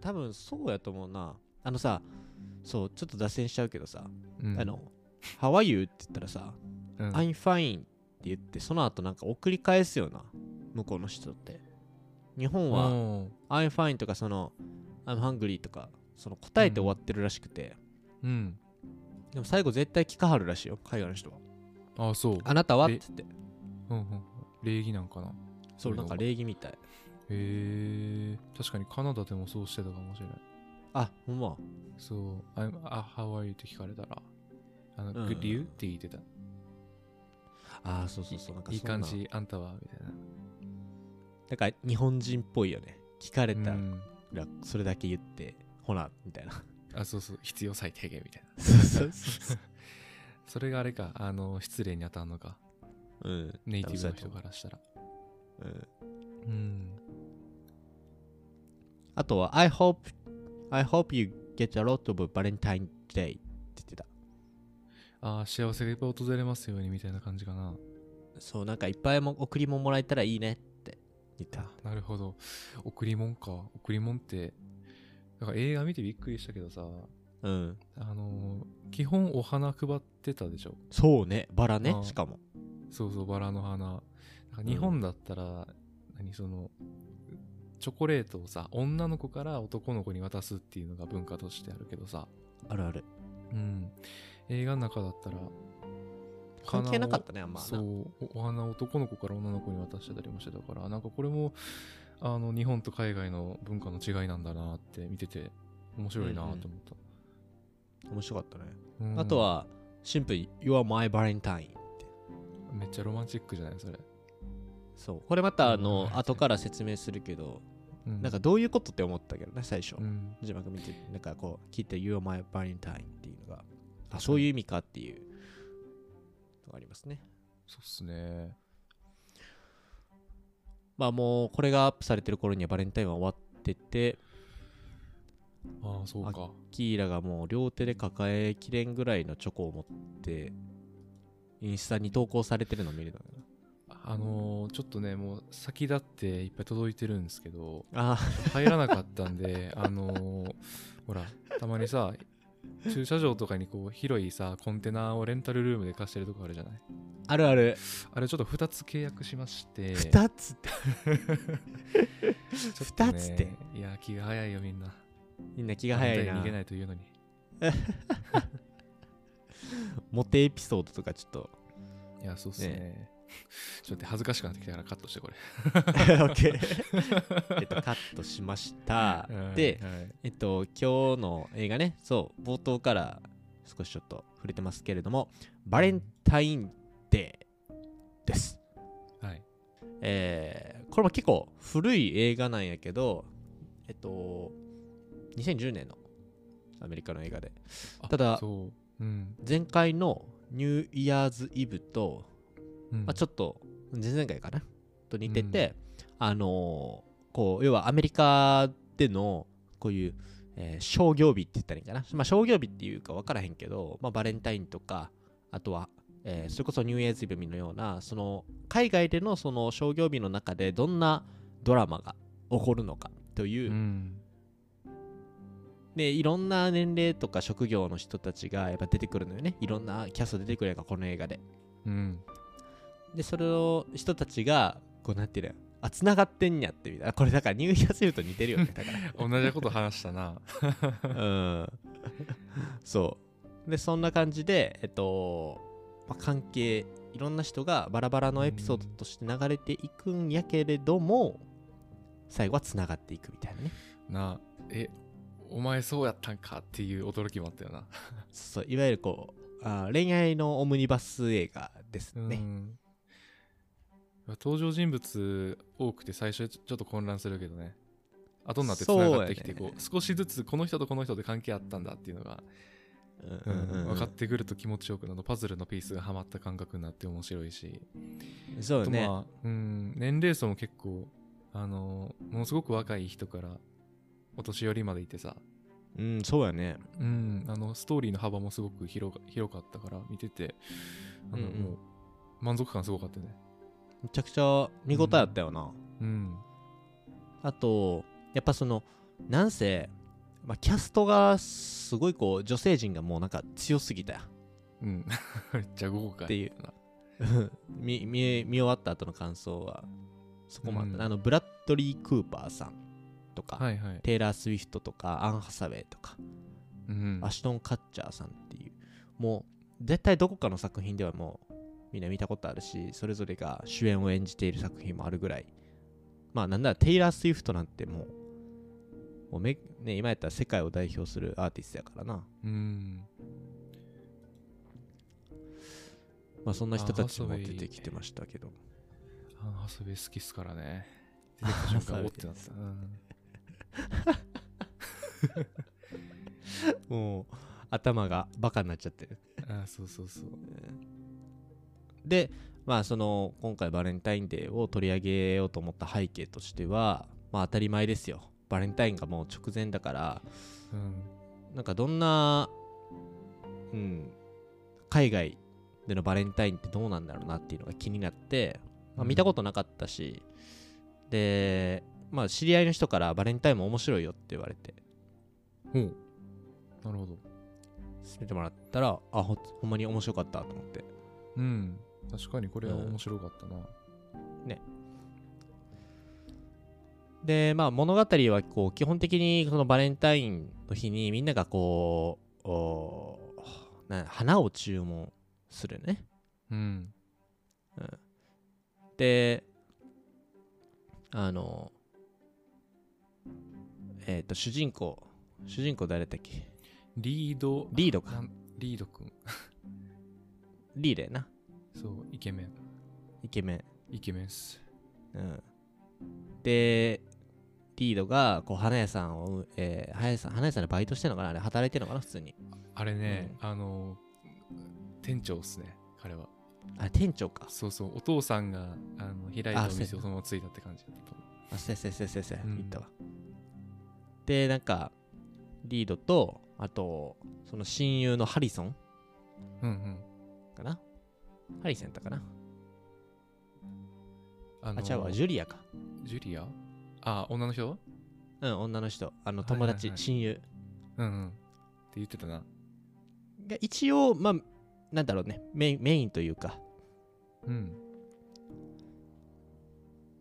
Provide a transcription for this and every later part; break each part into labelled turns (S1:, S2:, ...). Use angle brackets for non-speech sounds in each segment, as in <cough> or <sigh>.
S1: 多分そうやと思うなあのさそうちょっと脱線しちゃうけどさ、
S2: うん
S1: あの「How are you?」って言ったらさ
S2: う
S1: 「
S2: ん
S1: I'm fine」って言ってその後なんか送り返すよな向こうの人って日本は「
S2: お
S1: I'm fine とかその I'm hungry とかその答えて終わってるらしくて、
S2: ーうん
S1: でも最後絶対聞かはるらしいよ海外の人は
S2: あそう
S1: あなたはっ
S2: え
S1: て言って
S2: うんうん礼儀なんかな
S1: そうなんか礼儀みたい
S2: へえ確かにカナダでもそうしてたかもしれない
S1: あほんま
S2: そう「I'm, あ How are you?」って聞かれたら「あの
S1: うん
S2: Good you?」って言ってた
S1: あーそうそうそうなんか
S2: いい
S1: そんな
S2: 感じあんたはみたいな
S1: だから日本人っぽいよね聞かれた
S2: うん
S1: らそれだけ言って、ほなみたいな
S2: あそうそう必要最低限みたいな
S1: そうそうそ
S2: それがあれかあの失礼に当たんのか
S1: う、うん、
S2: ネイティブの
S1: 多分
S2: 人
S1: そうやと思
S2: からしたら
S1: ううん、
S2: うん
S1: あとは I hope I hope you get a lot of Valentine Day って言ってた
S2: ああ幸せがいっぱい訪れますようにみたいな感じかな
S1: そうなんかいっぱいも贈り物もらえたらいいねって言った
S2: あなるほど贈り物か贈り物ってなんか映画見てびっくりしたけどさ
S1: うん
S2: あのー基本お花配ってたでしょ
S1: そうね、バラね
S2: う、ん
S1: しかも。
S2: そうそう、バラの花。なんか
S1: ん
S2: 日本だったら、何その、チョコレートをさ、女の子から男の子に渡すっていうのが文化としてあるけどさ、
S1: あるある。
S2: うん。映画の中だったら、
S1: 関係なかった
S2: ね、
S1: ね、あんまな。
S2: そう、おお花を男の子から女の子に渡してたりもしてたから、なんかこれも、あの、日本と海外の文化の違いなんだなって見てて、面白いなって思った。
S1: 面白かったね。
S2: うん
S1: あと、は、シンプルに、You are my Valentine って。
S2: めっちゃロマンチックじゃないそれ。
S1: そう。これまた、あ
S2: You are
S1: の
S2: my、Valentine
S1: 後から説明するけど、
S2: う
S1: なんか、どういうことって思ったけどね、最初
S2: う。ん。
S1: 字幕見て、なんかこう、聞いて、You are my Valentine っていうのが、あ、そういう意味かっていうのがありますね。
S2: そうっすね。
S1: まあもう、これがアップされてる頃にはバレンタインは終わってて、
S2: ああ、そうか。
S1: キーラがもう両手で抱えきれんぐらいのチョコを持って、インスタに投稿されてるの見るのよな。
S2: あのーちょっとね、もう先立っていっぱい届いてるんですけど、
S1: あ
S2: 入らなかったん <laughs> で、あのーほら、たまにさ、駐車場とかにこう広いさ、コンテナをレンタルルームで貸してるとこあるじゃない。
S1: あるある
S2: あれちょっと2つ契約しまして、
S1: 2つ <laughs> って
S2: ちょっとね
S1: 二つって。
S2: いや、気が早いよ、みんな。
S1: みんな気が早
S2: 反
S1: い
S2: 対に逃
S1: な
S2: げないというのに。
S1: モテエピソードとかちょっ <laughs> と
S2: いや、そうっすね。ちょっと待って恥ずかしくなってきたからカットしてこれ。
S1: OK <laughs> えっとカットしました
S2: うん
S1: <laughs> で、
S2: はい
S1: えっと今日の映画ねそう冒頭から少しちょっと触れてますけれどもバレンタインデーです
S2: はい。
S1: えーこれも結構古い映画なんやけどえっと2010年のアメリカの映画で
S2: あ
S1: ただ
S2: そう。うん。
S1: 前回のニューイヤーズイブと
S2: うん
S1: まあ、ちょっと前々回かなと似てて、あのーこう要はアメリカでのこういう、えー商業日って言ったらいいんかな、まあ、商業日っていうか分からへんけど、まあ、バレンタインとかあとは、えーそれこそニューイヤーズイブのようなその海外でのその商業日の中でどんなドラマが起こるのかという、
S2: うん。
S1: でいろんな年齢とか職業の人たちがやっぱ出てくるのよねいろんなキャスト出てくるやんかこの映画で
S2: うん。
S1: でそれを人たちがこうなってるあ繋がってんやってみたいなこれだからニューイヤーズイブと似て
S2: <laughs>
S1: るよねだか
S2: 同じこと話したな。
S1: らうんそうでそんな感じでえっと、まあ、関係いろんな人がバラバラのエピソードとして流れていくんやけれども最後は繋がっていくみたいなね
S2: なあえお前そうやったんかっていう驚きもあったよな、
S1: そういわゆるこうあー恋愛のオムニバス映画ですね、
S2: うん登場人物多くて最初ちょっと混乱するけどね後になってつながってきて
S1: そう
S2: こ
S1: や
S2: う
S1: ね
S2: 少しずつこの人とこの人で関係あったんだっていうのが、
S1: うんうんうん
S2: 分かってくると気持ちよくなのパズルのピースがはまった感覚になって面白いし、
S1: そう
S2: あと
S1: ね、
S2: まあ、うん、年齢層も結構あのものすごく若い人からお年寄りまでいてさ、
S1: うんそうやね
S2: うん、あのストーリーの幅もすごく広が広かったから見ててあの、
S1: うんうん
S2: もう満足感すごかったね
S1: めちゃくちゃ見応えあったよな、
S2: うん
S1: あとやっぱそのなんせ、まあ、キャストがすごいこう女性陣がもうなんか強すぎたよ
S2: うん。めっちゃ豪華。
S1: っていううん見見見終わった後の感想はそこもあったな、
S2: うん
S1: あのブラッドリー・クーパーさんとか、
S2: はいはい。
S1: テイラー・スウィフトとかアン・ハサウェイとか、
S2: うん
S1: ア。シュトン・カッチャーさんっていうもう絶対どこかの作品ではもうみんな見たことあるしそれぞれが主演を演じている作品もあるぐらいまあなんならテイラー・スウィフトなんてもうもうめ、ね、今やったら世界を代表するアーティストやからな、
S2: うん。
S1: まあ、そんな人たち
S2: あハサ
S1: も
S2: ウェ
S1: 出
S2: イ
S1: てきてましたけど
S2: アン・ハサウェイ好きっすから
S1: <laughs>
S2: ね。出てきた瞬間、
S1: ハサウェイ
S2: おってなった。うん
S1: もう頭がバカになっちゃってる
S2: あーそうそうそう。
S1: でまあその今回バレンタインデーを取り上げようと思った背景としてはまあ当たり前ですよバレンタインがもう直前だから
S2: うん。
S1: なんかどんなうん海外でのバレンタインってどうなんだろうなっていうのが気になって、まあ、見たことなかったし、でまあ知り合いの人からバレンタインも面白いよって言われて
S2: おうなるほど。
S1: 勧めてもらったらあほほんまに面白かったと思って
S2: うん。確かにこれは面白かったな。
S1: でまあ物語はこう基本的にそのバレンタインの日にみんながこうおーな花を注文するね。
S2: うん。
S1: であのえっ、と主人公主人公誰だっけ
S2: リード、
S1: リード
S2: な
S1: か
S2: んリードくん。
S1: リーレな
S2: そう、イケメン。
S1: イケメン。
S2: イケメンっす。
S1: うん、でリードがこう花屋さんを、えー花屋さん花屋さんでバイトしてんのかなあれ働いてんのかな普通に
S2: あれね、あの、店長っすね、彼は。
S1: あれ店長か
S2: そうそう、お父さんがあの開いたお
S1: あ
S2: 店
S1: そう
S2: をそのままついたって感じだったと思
S1: あせせせせせ、
S2: うん
S1: 言ったわでなんかリードとあとその親友のハリソン
S2: う。うんうん。
S1: かなハリソンやったかな
S2: あの
S1: あ違うわジュリアか
S2: ジュリアあ、女の人
S1: うん女の人あの
S2: はいはい
S1: 友
S2: はい
S1: 達、親友
S2: うんうん。って言ってたな。
S1: が一応まあなんだろうねメインメインというか
S2: うん。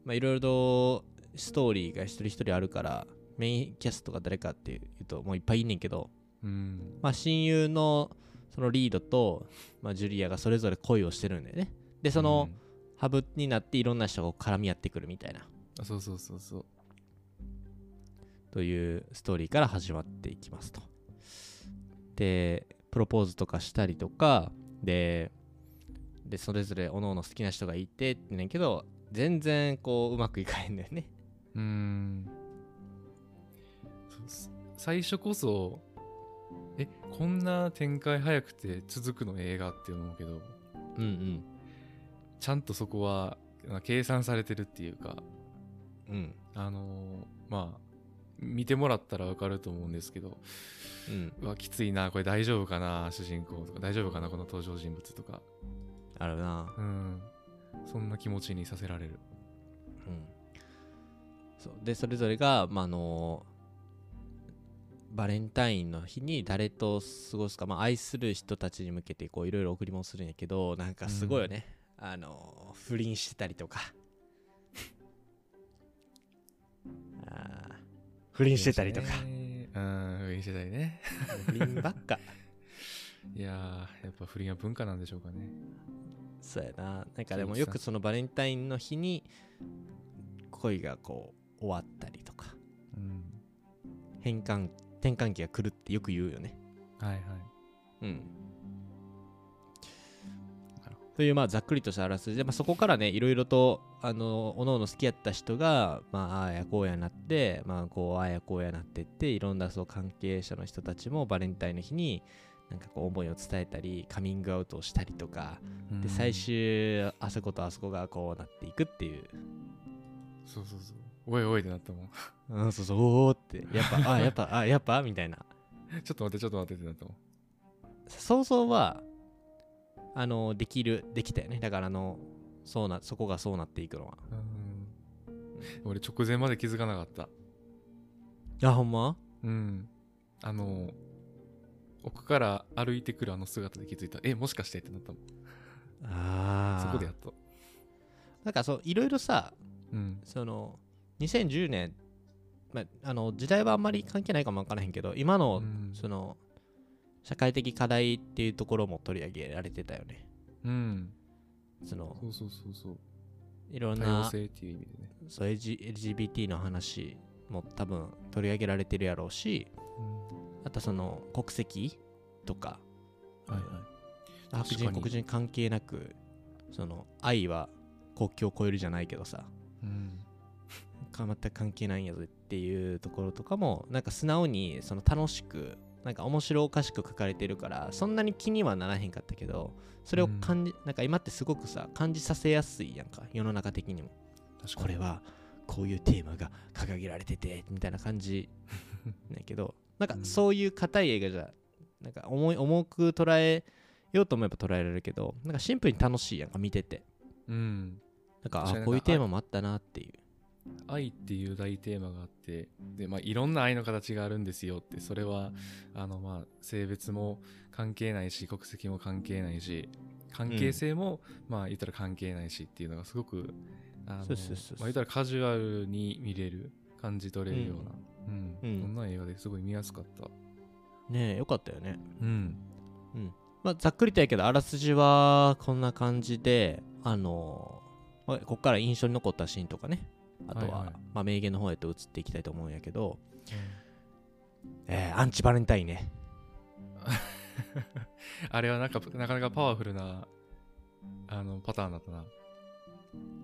S1: まあいろいろとストーリーが一人一人あるからメインキャストが誰かっていうともういっぱいいんねんけど
S2: うん。
S1: まあ、親友のそのリードと、まあ、ジュリアがそれぞれ恋をしてるんだよねでその、
S2: うん
S1: ハブになっていろんな人が絡み合ってくるみたいな
S2: あそうそうそうそう。
S1: というストーリーから始まっていきますと。でプロポーズとかしたりとかででそれぞれおのの好きな人がいてってねんけど全然こううまくいかへんだよね。
S2: うーん。そうっす最初こそ、え、こんな展開早くて続くの映画って思うけど、
S1: うんうん
S2: ちゃんとそこはあ計算されてるっていうか、
S1: うん
S2: あのーまあ、見てもらったらわかると思うんですけど、
S1: うん
S2: うわ、きついな、これ大丈夫かな、主人公とか、大丈夫かな、この登場人物とか。
S1: あるな。
S2: うん。そんな気持ちにさせられる。
S1: うん、そうでそれぞれが、まあ、あのバレンタインの日に誰と過ごすか、まあ、愛する人たちに向けてこういろいろ贈り物するんやけどなんかすごいよね、あの不倫してたり <laughs> とかあー不倫してたりとか、
S2: ね。うん、不倫してたりね。
S1: 不倫ばっか
S2: いやー、やっぱ不倫は文化なんでしょうかね。
S1: そうやななんかでもよくそのバレンタインの日に恋がこう終わったりとか
S2: うん。
S1: 変換転換期が来るってよく言うよね
S2: はいはい。
S1: うん
S2: なるほ
S1: というまあざっくりとしたあらすじで、まあ、そこからねいろいろとあのおのおの好きやった人が、まあ、ああやこうやなって、まあ、こうああやこうやなってっていろんなそう関係者の人たちもバレンタインの日になんかこう思いを伝えたりカミングアウトをしたりとか
S2: うん
S1: で最。終あそことあそこがこうなっていくっていう、
S2: そうそうそう。おいおいってなったもん。 <laughs>
S1: うん、そうそうおーってやっぱあやっぱあやっぱみたいな
S2: ちょっと待って、ちょっと待ってってなったもん。
S1: 想像はあのできるできたよねだからあのそうなそこがそうなっていくのは
S2: うん。俺直前まで気づかなかった。
S1: あほんま
S2: うん。あの、奥から歩いてくるあの姿で気づいた。え、もしかしてってなったもん。
S1: あ
S2: そ
S1: あ
S2: こでやっと。
S1: なんかそういろいろさ
S2: うん。
S1: その2010年、まあ、あの時代はあんまり関係ないかもわからへんけど今の、
S2: うん
S1: その社会的課題っていうところも取り上げられてたよね
S2: うん。
S1: その
S2: そうそうそうそう。
S1: いろん
S2: 多様
S1: な
S2: 性っていう意味でね。
S1: そう LG LGBT の話も多分取り上げられてるやろうしあとその国籍とか
S2: はいはい。
S1: 白人
S2: 確かに
S1: 黒人関係なくその愛は国境を越えるじゃないけどさ
S2: うん。
S1: か全く関係ないんやぞっていうところとかもなんか素直にその楽しくなんか面白おかしく書かれてるからそんなに気にはならへんかったけどそれを感じ、なんか今ってすごくさ感じさせやすいやんか世の中的にも
S2: 確かに
S1: これはこういうテーマが掲げられててみたいな感
S2: <laughs>
S1: じだけどなんか
S2: うん
S1: そういう硬い映画じゃなんか重い重く捉えようと思えば捉えられるけどなんかシンプルに楽しいやんか見てて
S2: うん。
S1: なんか
S2: 確か
S1: あ
S2: に
S1: こう
S2: な
S1: いう
S2: んか
S1: テーマもあったなっていう
S2: 愛っていう大テーマがあってで、まあ、いろんな愛の形があるんですよってそれはあの、まあ、性別も関係ないし国籍も関係ないし関係性も、まあ言ったら関係ないしっていうのがすごくあの
S1: そうそうそうそう
S2: まあ言ったらカジュアルに見れる感じ取れるような、うん
S1: うん
S2: こんな映画ですごい見やすかった、
S1: ねえよかったよね
S2: うん、
S1: まあ、ざっくりとやけどあらすじはこんな感じであのまあここから印象に残ったシーンとかねあとは、
S2: はいはい
S1: まあ、名言の方へと移っていきたいと思うんやけど、えーアンチバレンタインね
S2: あれはなんかなかなかパワフルなあのパターンだったな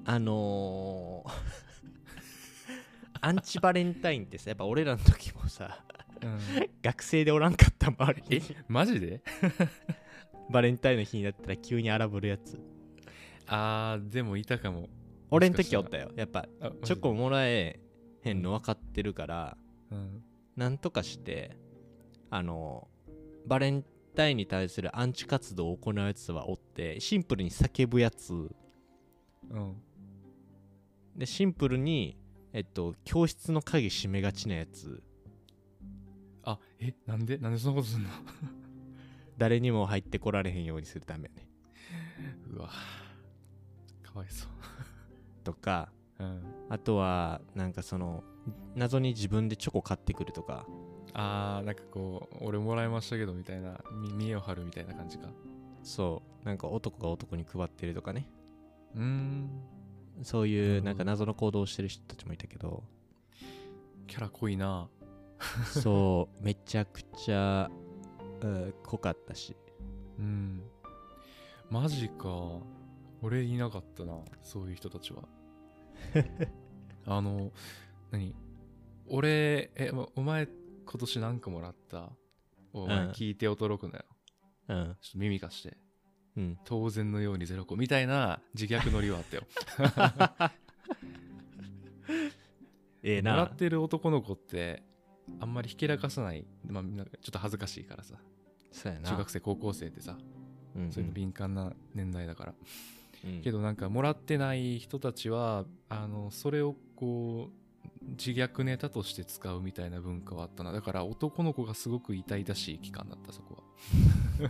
S1: あのー <laughs> アンチバレンタインってさやっぱ俺らの時もさ、
S2: うん、
S1: 学生でおらんかった周
S2: <laughs>
S1: りに
S2: マジで
S1: バレンタインの日になったら急に荒ぶるやつ
S2: あーでもいたかも
S1: 俺の時おったよやっぱ
S2: あマジで
S1: チョコもらえへんの分かってるから、
S2: うん
S1: なんとかしてあのバレンタインに対するアンチ活動を行うやつはおってシンプルに叫ぶやつ
S2: うん
S1: でシンプルにえっと教室の鍵閉めがちなやつ
S2: あえなんでなんでそんなことすんの
S1: 誰にも入ってこられへんようにするためね
S2: <laughs> うわかわいそう
S1: とか
S2: うん
S1: あとはなんかその謎に自分でチョコ買ってくるとか
S2: あーなんかこう俺もらいましたけどみたいなみ見栄を張るみたいな感じか
S1: そうなんか男が男に配ってるとかね
S2: うーん
S1: そう
S2: なる
S1: い
S2: ほ
S1: う
S2: ど
S1: なんか謎の行動をしてる人たちもいたけど
S2: キャラ濃いな
S1: そうめちゃくちゃ、うん、濃かったし
S2: うんマジか俺いなかったなそういう人たち <laughs> はあの何俺えまお前今年何個もらったお前
S1: うん
S2: 聞いて驚くなよ、
S1: うん
S2: ちょっと耳貸して
S1: うん
S2: 当然のようにゼロ個みたいな自虐ノリはあったよ
S1: ええ
S2: もら
S1: な
S2: ってる男の子ってあんまりひけらかさない、まあ、なんかちょっと恥ずかしいからさ
S1: そうやな
S2: 中学生高校生ってさ
S1: うん
S2: そういうの敏感な年代だから、
S1: うん
S2: けどなんかもらってない人たちはあのそれをこう自虐ネタとして使うみたいな文化はあったなだから男の子がすごく痛々しい期間だったそこは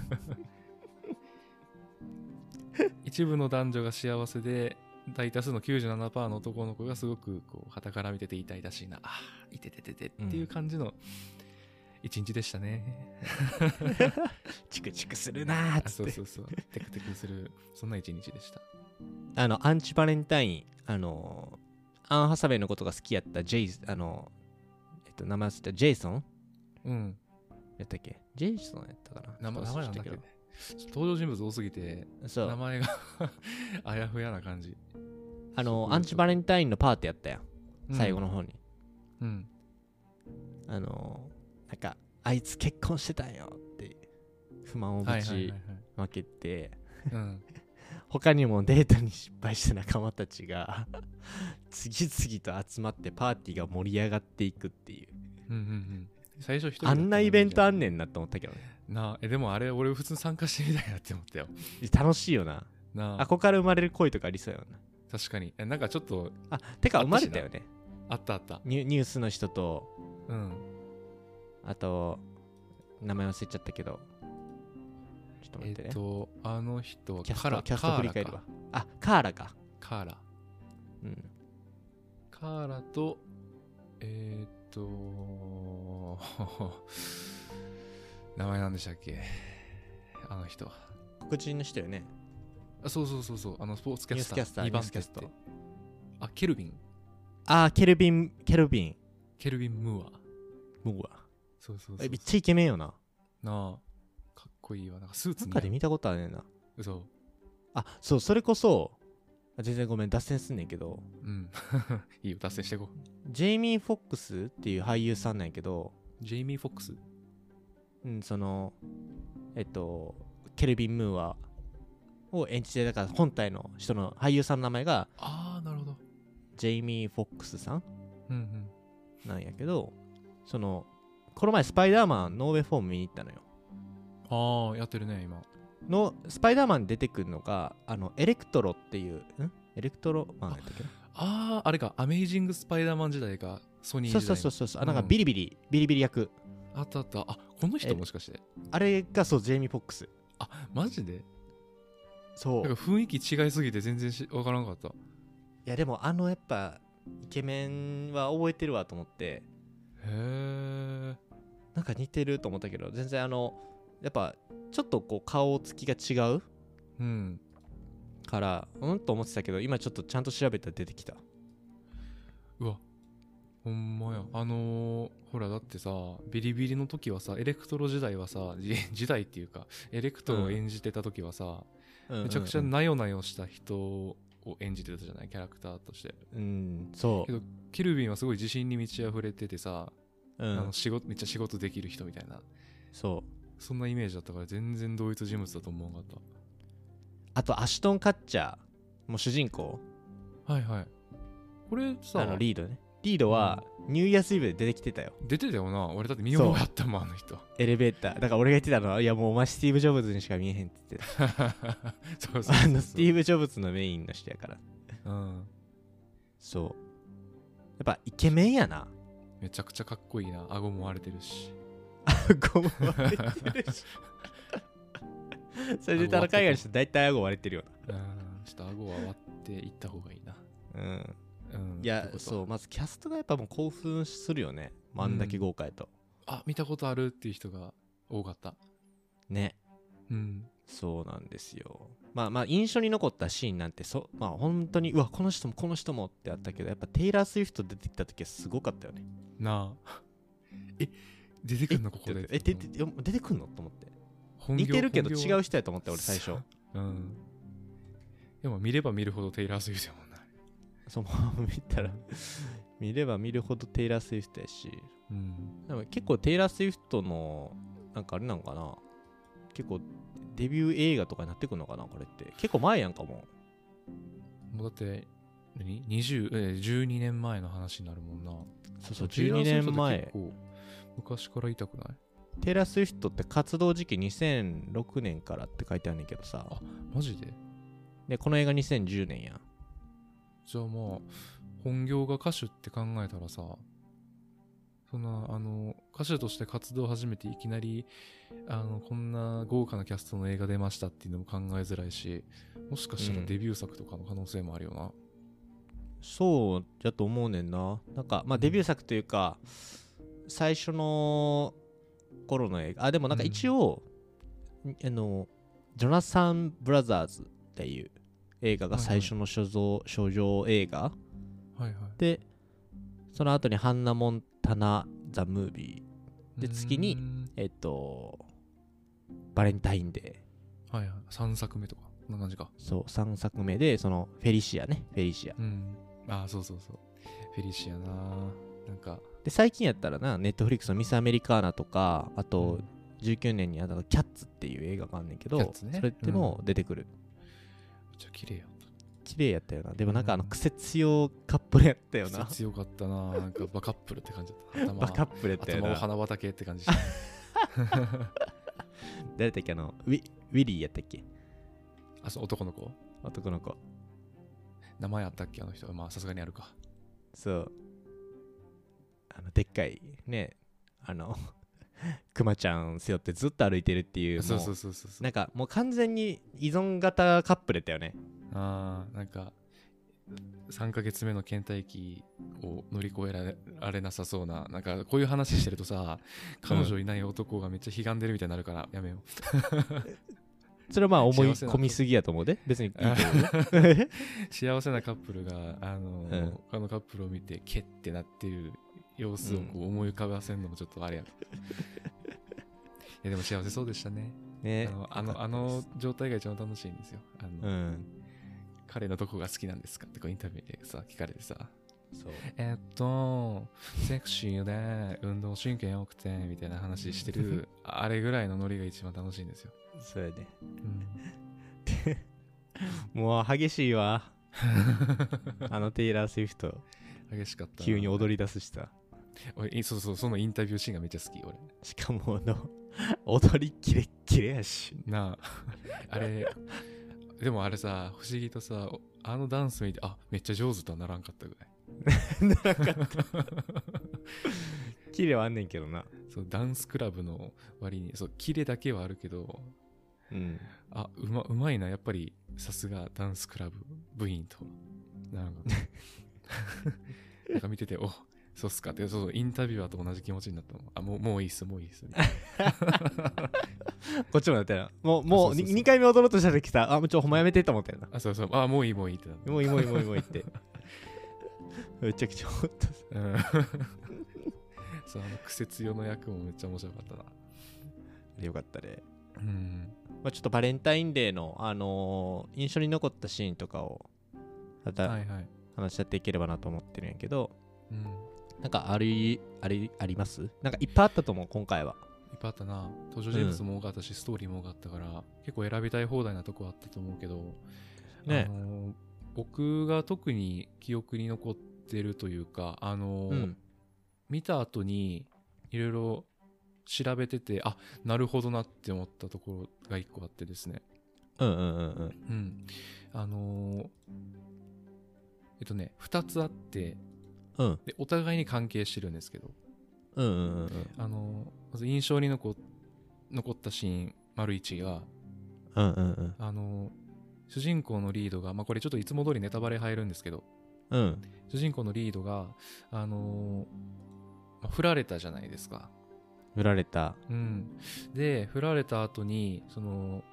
S2: 一部の男女が幸せで大多数の97%の男の子がすごくこう傍から見てて痛々しいなあーいててててっていう感じの一日でしたね、
S1: チクチクするなーっ
S2: あ
S1: つ
S2: そ
S1: っ
S2: う
S1: て
S2: そうそうテクテクするそんな一日でした
S1: あのアンチバレンタインあのーアン・ハサウェイのことが好きやったジェイあのえっと名前忘れたジェイソン
S2: うん
S1: やったっけジェイソンやったかな
S2: 名前
S1: ちょっと忘れ
S2: なん
S1: た
S2: だっけね登場人物多すぎて
S1: そ
S2: 名
S1: う
S2: 前が <laughs> あやふやな感じそ
S1: あの
S2: う
S1: アンチバレンタインのパーティーやったやん
S2: うん
S1: 最後の方に
S2: うん
S1: あのーなんかあいつ結婚してたんよって不満を
S2: は
S1: ぶ
S2: いはいはい
S1: ち
S2: はい
S1: まけて
S2: うん
S1: 他にもデートに失敗した仲間たちが次々と集まってパーティーが盛り上がっていくっていう
S2: うんうんうん最初一人
S1: あんなイベントあんね
S2: ん
S1: んなと思ったけどね
S2: なあえでもあれ俺普通に参加してみたいなって思ったよ
S1: 楽しいよな
S2: な
S1: あ
S2: あ
S1: ここから生まれる恋とかありそうよな
S2: 確かにえなんかちょっと
S1: あてか
S2: あった
S1: 生ま
S2: し
S1: れ
S2: な
S1: たよね
S2: あったあった
S1: ニュニュースの人と
S2: うん
S1: あと名前忘れちゃったけどちょっと待
S2: え
S1: ってね、
S2: っとあの人は
S1: キャス
S2: カラ
S1: トキャスト振り返
S2: カ
S1: る
S2: ーラ
S1: わ
S2: か
S1: あカーラか
S2: カーラ
S1: うん
S2: カーラとえーっと <laughs> 名前なんでしたっけあの人
S1: 黒人の人よね
S2: あそうそうそうそうあのスポーツキャ
S1: ニュ
S2: ス
S1: ース
S2: ター
S1: キャスター
S2: 2番
S1: ニュースキャスター
S2: 手ってあケルビン
S1: あーケルビンケルビン
S2: ケルビン・ムーア
S1: ムーア
S2: そうそうそ
S1: え
S2: う
S1: めっちゃイケメンよな
S2: なあかっこいいわなんかスーツ
S1: 中で
S2: ね
S1: 見たことはねえな
S2: 嘘
S1: あそうそれこそあ全然ごめん脱線すんねんけど
S2: うん <laughs> いいよ達成していこ
S1: ジェイミー・フォックスっていう俳優さんなんやけど、
S2: うジェイミー・フォックス
S1: うん、そのえっとケルビン・ムーアを演じてだから本体の人の俳優さんの名前が
S2: ああなるほど
S1: ジェイミー・フォックスさん
S2: うんうん
S1: なんやけどそのこの前スパイダーマンノーウェイフォーム見に行ったのよ
S2: ああやってるね今
S1: のスパイダーマンに出てくるのがあのエレクトロっていうんエレクトロマンやったっけな
S2: あああれかアメイジング・スパイダーマン時代かソニー時
S1: そう
S2: 代
S1: そうそううそうそうあなんか
S2: ん
S1: ビリビリ、ビリビリ役
S2: あったあったあこの
S1: え
S2: 人もしかして
S1: あれがそうジェイミー・フォックス
S2: あマジで
S1: そ
S2: なん
S1: う
S2: か雰囲気違いすぎて全然しわからんかった
S1: いやでもあのやっぱイケメンは覚えてるわと思って
S2: へえ
S1: なんか似てると思ったけど全然あのやっぱちょっとこう顔つきが違う
S2: うん
S1: からうんと思ってたけど今ちょっとちゃんと調べたら出てきた
S2: うわほんまやあのーほらだってさビリビリの時はさエレクトロ時代はさじ <laughs> 時代っていうかエレクトロを演じてた時はさ、めちゃくちゃ
S1: うん
S2: なよなよした人を演じてたじゃないキャラクターとして
S1: うんうん、そ
S2: けどケルビンはすごい自信に満ち溢れててさ、
S1: う、う
S2: あ
S1: ん
S2: の、仕事めっちゃ仕事できる人みたいな
S1: そう
S2: そんなイメージだったから全然同一人物だと思わなかっ
S1: あとアシュトン・カッチャーもう主人公
S2: たはいはいこれさ
S1: あのリードねリードはニューイヤースイブで出てきてたよ
S2: 出てたよな俺だって見覚えあったもんあの
S1: <laughs>
S2: 人
S1: エレベーターだから俺が言ってたのはいやもうお前スティーブ・ジョブズにしか見えへんって言ってた
S2: そうそうそう
S1: あのスティ
S2: ー
S1: ーブ・ジョブズのメインの人やから
S2: ブ、うん、
S1: そうやっぱイケメンや <laughs> な
S2: めちゃくちゃかっこいいな顎も割れてるし
S1: 顎も割れてるし <laughs> それで戦いがる人大体顎割れてるよ
S2: うんちょっと顎は割っていった方がいいな、
S1: なうん
S2: うん、
S1: いやそうまずキャストがやっぱもう興奮するよねもうあんだけ豪華やと、
S2: あ見たことあるっていう人が多かった
S1: ね
S2: うん
S1: そうなんですよまあまあ印象に残ったシーンなんてそまあ本当にうわこの人もこの人もってあったけどやっぱテイラー・スウィフト出てきた時はすごかったよね
S2: なあ <laughs> え出てく
S1: え
S2: んのここで
S1: え出て出てくんのと思って
S2: 本業
S1: 似てるけど
S2: 本
S1: 違
S2: 業
S1: う人やと思って俺最初
S2: うん。でも見れば見るほどテイラー・スウィフトやもんな。
S1: そう見たら <laughs> 見れば見るほどテイラー・スウィフトやし
S2: うん。
S1: でも結構テイラー・スウィフトのなんかあれなんかな結構デビュー映画とかになってくんのかなこれって結構前やんかも
S2: もうだって、何 ?20、えー、12年前の話になるもんな。
S1: そうそう
S2: テイラー
S1: 12年
S2: スウィフ
S1: 前
S2: トって結構昔から痛くない
S1: テイラー・スウィフトって活動時期2006年からって書いてあるねんけどさ
S2: あマジで
S1: でこの映画2010年やん
S2: じゃあまあ、本業が歌手って考えたらさ、そんな、あの、歌手として活動を始めていきなり、あの、こんな豪華なキャストの映画出ましたっていうのも考えづらいし、もしかした
S1: う
S2: ら
S1: ん
S2: デビュー作とかの可能性もあるよな。
S1: そうやと思うねんななんかまあデビュー作というか最初の頃の映画あでもなんか一応、あのジョナサン・ブラザーズっていう映画が最初の所蔵、所蔵映画
S2: はいは
S1: でその後にハンナ・モンタナ・ザ・ムービ
S2: い。
S1: で次に
S2: うーん、
S1: ーえっとバレンタインデ
S2: はいはい。3作目とか、こんな感じか。
S1: ーそう3作目でそのフェリシアねフェリシア
S2: うん。ああ、そうそうそう。フェリシアななんか、
S1: で最近やったらなネットフリックスのミス・アメリカーナとかあと
S2: うん
S1: 19年にあったキャッツっていう映画があんねんけど、
S2: キャッツね
S1: それでも出てくる、
S2: めっちゃ綺麗やっ
S1: 綺麗やったよなでもなんかあの癖強カップルやったよ
S2: た。
S1: な
S2: 強かったななんかバカップルって感じだった。頭
S1: <laughs> バカップルやったよ
S2: 頭お
S1: な
S2: 花畑って感じした。
S1: 誰だっけあのウィウィリーやったっけ
S2: あ、そう、男の子
S1: 男の子
S2: 名前あったっけあの人。まあ、さすがにあるか。
S1: そうあのでっかいねあの <laughs> クマちゃん背負ってずっと歩いてるっていう
S2: そうそ
S1: も
S2: うそうそうそう
S1: なんかもう完全に依存型カップルだよね
S2: あーなんか3ヶ月目の倦怠期を乗り越えられられなさそうななんかこういう話してるとさ彼女いない男がめっちゃひがんでるみたいになるからや <laughs> めよう
S1: それはまあ思い
S2: 幸せな
S1: 込みすぎやと思うで別にいいけどね
S2: <laughs> 幸せなカップルがあの、
S1: うん
S2: 他のカップルを見てケッてなってる様子をこう思い浮かばせるのもちょっとあれや、 <laughs> いやでも幸せそうでしたね
S1: ね
S2: あのあのあの状態が一番楽しいんですよあ
S1: う
S2: の、
S1: ん
S2: 彼のどこが好きなんですかってこうインタビューでさ聞かれてさ
S1: そう
S2: えっと、セクシーで運動神経良くてみたいな話してる、あれぐらいのノリが一番楽しいんですよ。
S1: そうやね
S2: うん、
S1: もう激しい <laughs> わあのテイラー・スウィフト
S2: 激しかったな。
S1: 急に踊り出すしさ
S2: 俺。いそうそう、そのインタビューシーンがめっちゃ好き、俺。
S1: しかもあの踊りキレッキレやし
S2: <laughs> なあ、あれ、でもあれさ、不思議とさ、おあのダンス見て、あめっちゃ上手とはならんかったぐらい。
S1: ならんかったキレはあんねんけどな
S2: そうダンスクラブの割に、そう、キレだけはあるけど、
S1: うん
S2: あうまうまいな、やっぱりさすがダンスクラブ部員と。 <laughs> なんかなんか見てて、おそうっすかって、そうそう、インタビュアーと同じ気持ちになったの。あ、もうもういいっす、もういいっす。みたいな
S1: こっちもなったよなもうも
S2: そう
S1: う
S2: そうそう
S1: 2回目踊ろうとした時さあもうちょほんまやめてと思ったよな
S2: あ、そうそう、あ、もういい、もういいってなった。
S1: もういいもういいもういいもういいって <laughs> めちゃくちゃ思った
S2: うん <laughs> そう、あの、苦節用の役もめっちゃ面白かったな。
S1: よかったね
S2: うん。
S1: まあ、ちょっとバレンタインデーの、あのー印象に残ったシーンとかをま
S2: は
S1: た
S2: いはい。
S1: 話し合っていければなと思ってるんやけど、
S2: うん。い
S1: なんかありありありますなんかいっぱいあったと思う今回は
S2: っぱいあったな。登場人物も多かったし、ストーリーも多かったから、結構選びたい放題なとこあったと思うけど、
S1: ね
S2: あのー僕が特に記憶に残ってるというか、あのー
S1: うん
S2: 見た後にいろいろ調べててあなるほどなって思ったところが一個あってですね、
S1: うんうんうんうん
S2: うん、あのーえっとね2つあって
S1: うん
S2: でお互いに関係してるんですけど、
S1: うんうんうん
S2: あのーまず印象に残残ったシーン丸一が、
S1: うんうんうん
S2: あのー主人公のリードが、まあ、これちょっといつも通りネタバレ入るんですけど
S1: うん
S2: 主人公のリードが、あのーまあ振られたじゃないですか。
S1: 振られた
S2: うん、で、振られた後に、その、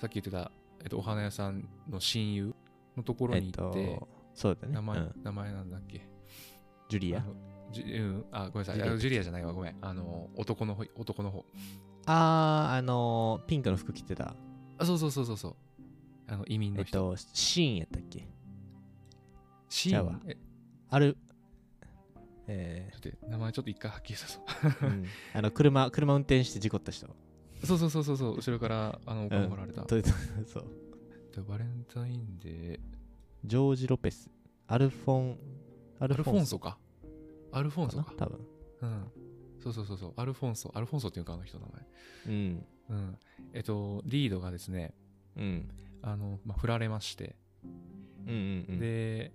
S2: さっき言ってた、えっと、お花屋さんの親友のところ
S1: えっ
S2: に行って、
S1: とそうだね
S2: 名前、
S1: うん
S2: 名前なんだっけ
S1: ジュリア
S2: あのじうん、あ、ごめんなさい。
S1: ジュリア
S2: あのジュリアじゃないわ、ごめん。あの、男の方、男の方。
S1: あーあのーピンクの服着てた
S2: あ、そうそうそうそうそう。あの、移民
S1: え
S2: の
S1: っ
S2: 人。
S1: とシーンやったっけ
S2: シ
S1: じ
S2: ー
S1: ゃあ
S2: ン
S1: わ
S2: え
S1: あるえ
S2: ちょっと待って名前ちょっと一回はっきりさそう。 <laughs>
S1: ーうんあの車車運転して事故った人
S2: そうそうそうそうそう、後ろから、あの、お金もらわれた。
S1: とそう
S2: でバレンタインデー、
S1: ジョージ・ロペス、アルフォン、ア
S2: ア
S1: ル
S2: ル
S1: フ
S2: フォ
S1: ォン
S2: ン
S1: ソ
S2: ソか。アルフォン
S1: か
S2: ソ
S1: な
S2: か。
S1: 多分。
S2: うん。そうそうそうそう。アルフォンソ。アルフォンソっていうか、あの人の名
S1: うん。
S2: 前。うん。えっと、リードがですね、
S1: うん。
S2: あの、まあ、振られまして、
S1: うんうんうん。
S2: で、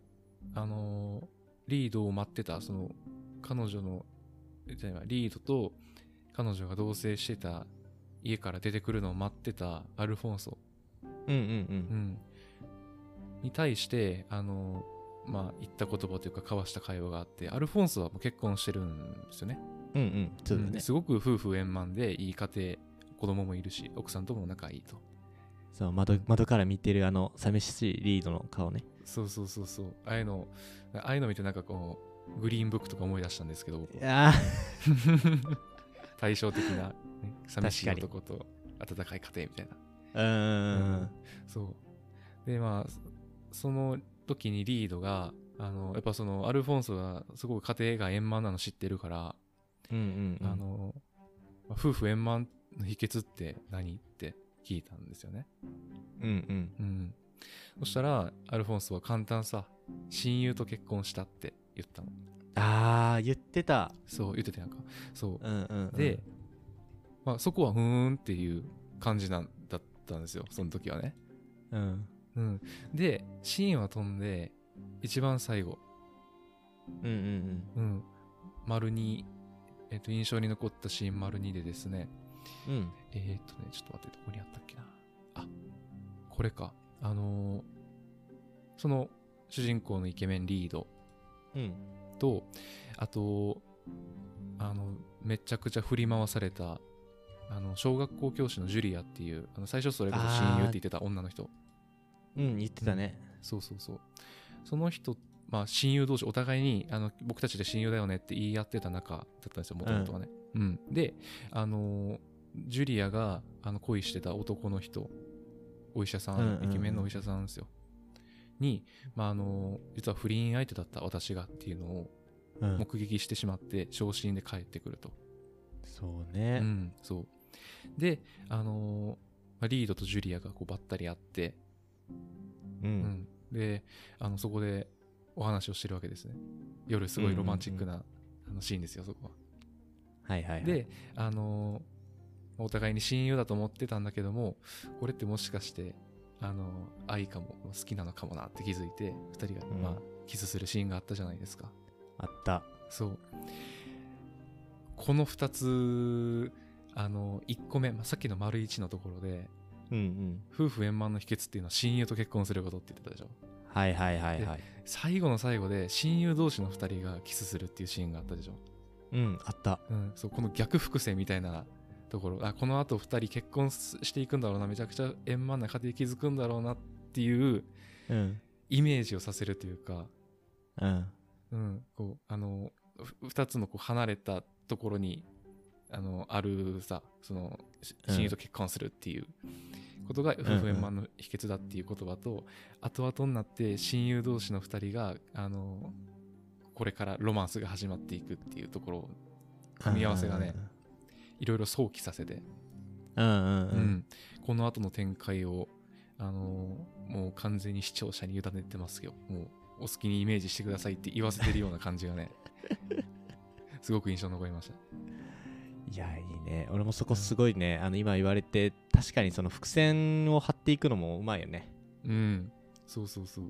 S2: あの、リードを待ってた、その、彼女の、えじゃあ今リードと彼女が同棲してた家から出てくるのを待ってたアルフォンソ、
S1: うん
S2: う
S1: うん
S2: ん、に対して、あの、まあ、言った言葉というか交わした会話があって、アルフォンソはもう結婚してるんですよね。
S1: うん。うんうん。そうだ
S2: うん
S1: ね。
S2: すごく夫婦円満でいい家庭子供もいるし奥さんとも仲いいと
S1: そう、窓、窓から見てるあの、寂しいリードの顔ね。
S2: そうそうそうそうああいうのああいうの見てなんかこうグリーンブックとか思い出したんですけど <laughs> 僕は
S1: あ
S2: 対照的な、ね、寂しい
S1: 確かに
S2: 男と温かい家庭みたいな
S1: あ。うん。
S2: そうでまあその時にリードがあのやっぱそのアルフォンソがすごく家庭が円満なの知ってるから、
S1: うんうんうん。
S2: あ、のまあ夫婦円満の秘訣って何って聞いたんですよね
S1: うんうん。
S2: うん。そしたら、アルフォンソは簡単さ、親友と結婚したって言ったの。
S1: あー、言ってた。
S2: そう、言っててなんか。そうう。
S1: んうんうん。
S2: で、、まあそこは、うーんっていう感じなんだったんですよ、その時はね。
S1: うん。
S2: うん。で、シーンは飛んで、一番最後。
S1: うんうんうん。
S2: うん。丸に、えっと、印象に残ったシーン丸2でですね、
S1: うん
S2: えーっとね、ちょっと待って、どこにあったっけな。あ、これか。あのーその主人公のイケメンリード
S1: うん
S2: と、あと、あの、めちゃくちゃ振り回された、あの、小学校教師のジュリアっていう、あの最初それこそ親友って言ってた女の人。
S1: うん言ってたね
S2: そうそうそう。その人、まあ親友同士、お互いに、あの、僕たちで親友だよねって言い合ってた仲だったんですよ、もともとはね。うん、で、あのージュリアが、あの、恋してた男の人、お医者さん、
S1: うんうんうん
S2: イケメンのお医者さんですよ。に、まああのー実は不倫相手だった私がっていうのを
S1: うん、
S2: 目撃してしまって、昇進で帰ってくると。
S1: そう
S2: う
S1: ね
S2: ん、そう。で、あのーまあリードとジュリアがこうばったり会って、
S1: う
S2: うんん、であのそこでお話をしてるわけですね夜すごいロマンチックな、あのシーンですよそこ
S1: はいはいは
S2: は。
S1: い
S2: であのお互いに親友だと思ってたんだけどもこれってもしかしてあの愛かも好きなのかもなって気づいて2人が、
S1: うん
S2: まあ、キスするシーンがあったじゃないですか
S1: あった
S2: そうこの2つあの1個目、まあ、さっきの丸一のところで
S1: うんうん
S2: 夫婦円満の秘訣っていうのは親友と結婚することって言ってたでしょ
S1: はいはいはいはい
S2: 最後の最後で親友同士の2人がキスするっていうシーンがあったでしょ、
S1: うんあった
S2: うん、そうこの逆複製みたいなところあこのあと2人結婚すしていくんだろうなめちゃくちゃ円満な家庭築くんだろうなっていう
S1: うん
S2: イメージをさせるというか、
S1: うん
S2: うん、こうあの2つのこう離れたところにあのあるさそのし
S1: うん
S2: 親友と結婚するっていうことが夫婦円満の秘訣だっていう言葉と、後々になって親友同士の2人があのこれからロマンスが始まっていくっていうところを組み合わせがねいろいろ想起させて、
S1: う
S2: う
S1: んうんうんうん
S2: んこの後の展開をあのもう完全に視聴者に委ねてますよもうお好きにイメージしてくださいって言わせてるような感じがね
S1: <laughs>
S2: すごく印象に残りました
S1: いやいいね俺もそこすごいねあの今言われて確かにその伏線を張っていくのもうまいよね
S2: うんそうそうそう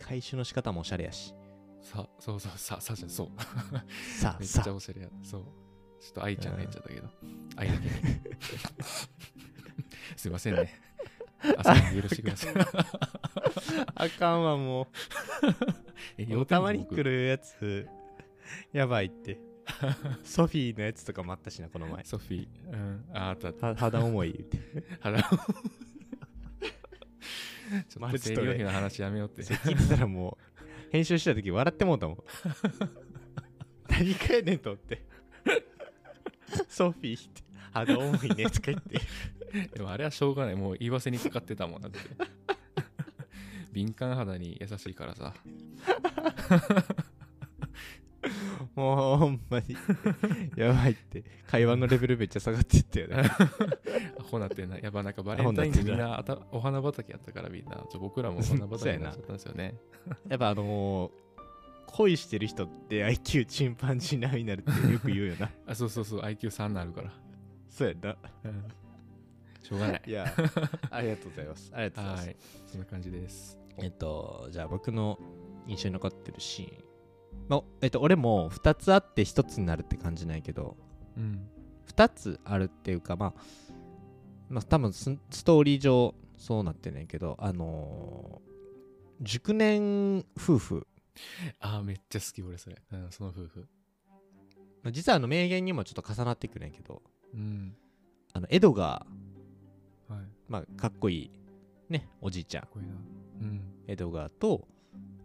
S1: 回収の仕方もおしゃれやし
S2: さそうそうささじゃんそう
S1: さあ
S2: めっち
S1: さ
S2: ゃ
S1: あ
S2: おしゃれやそうちょっと愛ちゃんが言っちゃったけど、愛
S1: <laughs>
S2: だけ <laughs> にすいませんね朝に許してください
S1: あかんわ <laughs> も
S2: え
S1: う
S2: 要点
S1: た
S2: も
S1: まに
S2: 僕
S1: 来るやつやばいってソフィーのやつとかもあったしなこの前
S2: ソフィー、うん、ああとあと
S1: は肌思い言
S2: <laughs>
S1: うて
S2: 腹をちょっ
S1: マ
S2: と
S1: ジ
S2: 生
S1: で
S2: 理用品の話やめようって
S1: それ聞いてたらもう編集した時笑ってもうたもん何かやねんと思ってソフィーって肌重いねとか言って
S2: <laughs> でもあれはしょうがないもう言わせにかかってたもん <laughs> だって敏感肌に優しいからさ
S1: <laughs> もうほんまに <laughs> やばいって会話のレベルめっちゃ下がってったよね
S2: アホなってんなやっぱなんかバレンタインでみんなあたお花畑やったからみんなちょ僕らもお花畑になっちゃったんですよね
S1: <laughs> やっぱあのー恋してる人って IQ チンパンジー並みになるってよく言うよな
S2: あそうそうそう IQ3 になるから、
S1: <laughs> そうやな
S2: しょう <laughs> がない
S1: い <laughs> やありがとうございますありがとうご
S2: は
S1: ざいます
S2: いそんな感じです
S1: えっとじゃあ僕の印象に残ってるシーンのえっと俺も2つあって1つになるって感じないけど
S2: うん
S1: 2つあるっていうかまあまあ多分スストーリー上そうなってんねんけどあのー熟年夫婦
S2: あーめっちゃ好き俺それ、うん、その夫婦
S1: まあ実はあの名言にもちょっと重なってくるんやけど
S2: うん
S1: あのエドが、
S2: はいか
S1: まあ、かっこいいねおじいちゃん
S2: っこいいなうん
S1: エドガーと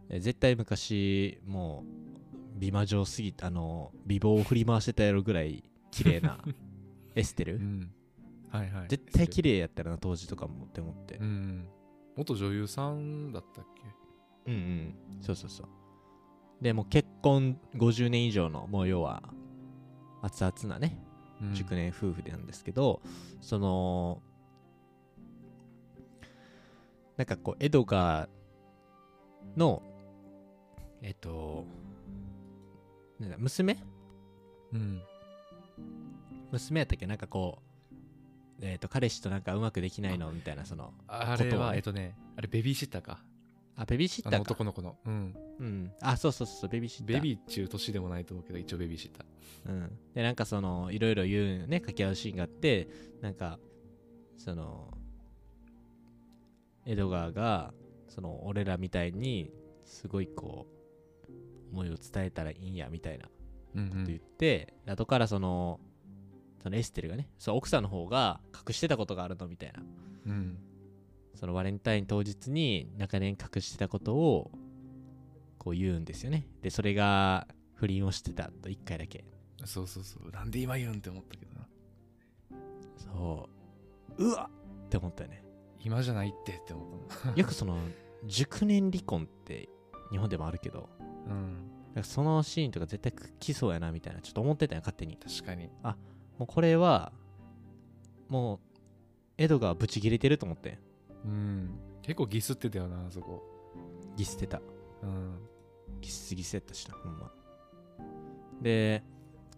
S1: え絶対昔もう美魔女すぎてあの美貌を振り回してたやろぐらい綺麗なエステ
S2: う
S1: ル
S2: んはいはい
S1: 絶対綺麗やったらな当時とかもって思って
S2: うん元女優さんだったっけ
S1: うんうんそうそうそうでもう結婚50年以上のもう要は熱々なね
S2: うん
S1: 熟年夫婦でなんですけど、そのなんかこうエドガーのえっとなんだ娘
S2: うん
S1: 娘やったっけなんかこうえっと彼氏となんかうまくできないのみたいなその
S2: あ
S1: ことを
S2: れは
S1: ね
S2: えっとねあれベビーシッターか
S1: あベビーシッ
S2: あ
S1: タ
S2: の
S1: ーか
S2: 男の子の、うん、
S1: うんあそうそうそうそうベビーシッター
S2: ベビーっちゅう年でもないと思うけど一応ベビーシッター
S1: うん、でなんかそのいろいろ言うね掛け合うシーンがあってなんかそのエドガーがその俺らみたいにすごいこう思いを伝えたらいいんやみたいなこと
S2: うんうん
S1: 言って、後からそのそのエステルがねその奥さんの方が隠してたことがあるのみたいな
S2: うん
S1: そのバレンタイン当日に長年隠してたことをこう言うんですよねでそれが不倫をしてたと1回だけ
S2: そうそうそうなんで今言うんって思ったけどな
S1: そう。うわっって思ったよね。
S2: 今じゃないってって思っ
S1: よくその、熟年離婚って日本でもあるけど、
S2: たうん
S1: なんかそのシーンとか絶対来そうやなみたいな、ちょっと思ってたよ、勝手に。
S2: 確かに
S1: もうこれは、もう、エドがブチ切れてると思って、
S2: うん結構ギスってたよなあそこ
S1: ギスってた。
S2: <laughs> うん
S1: ギスギスやったしな、ほんま。で、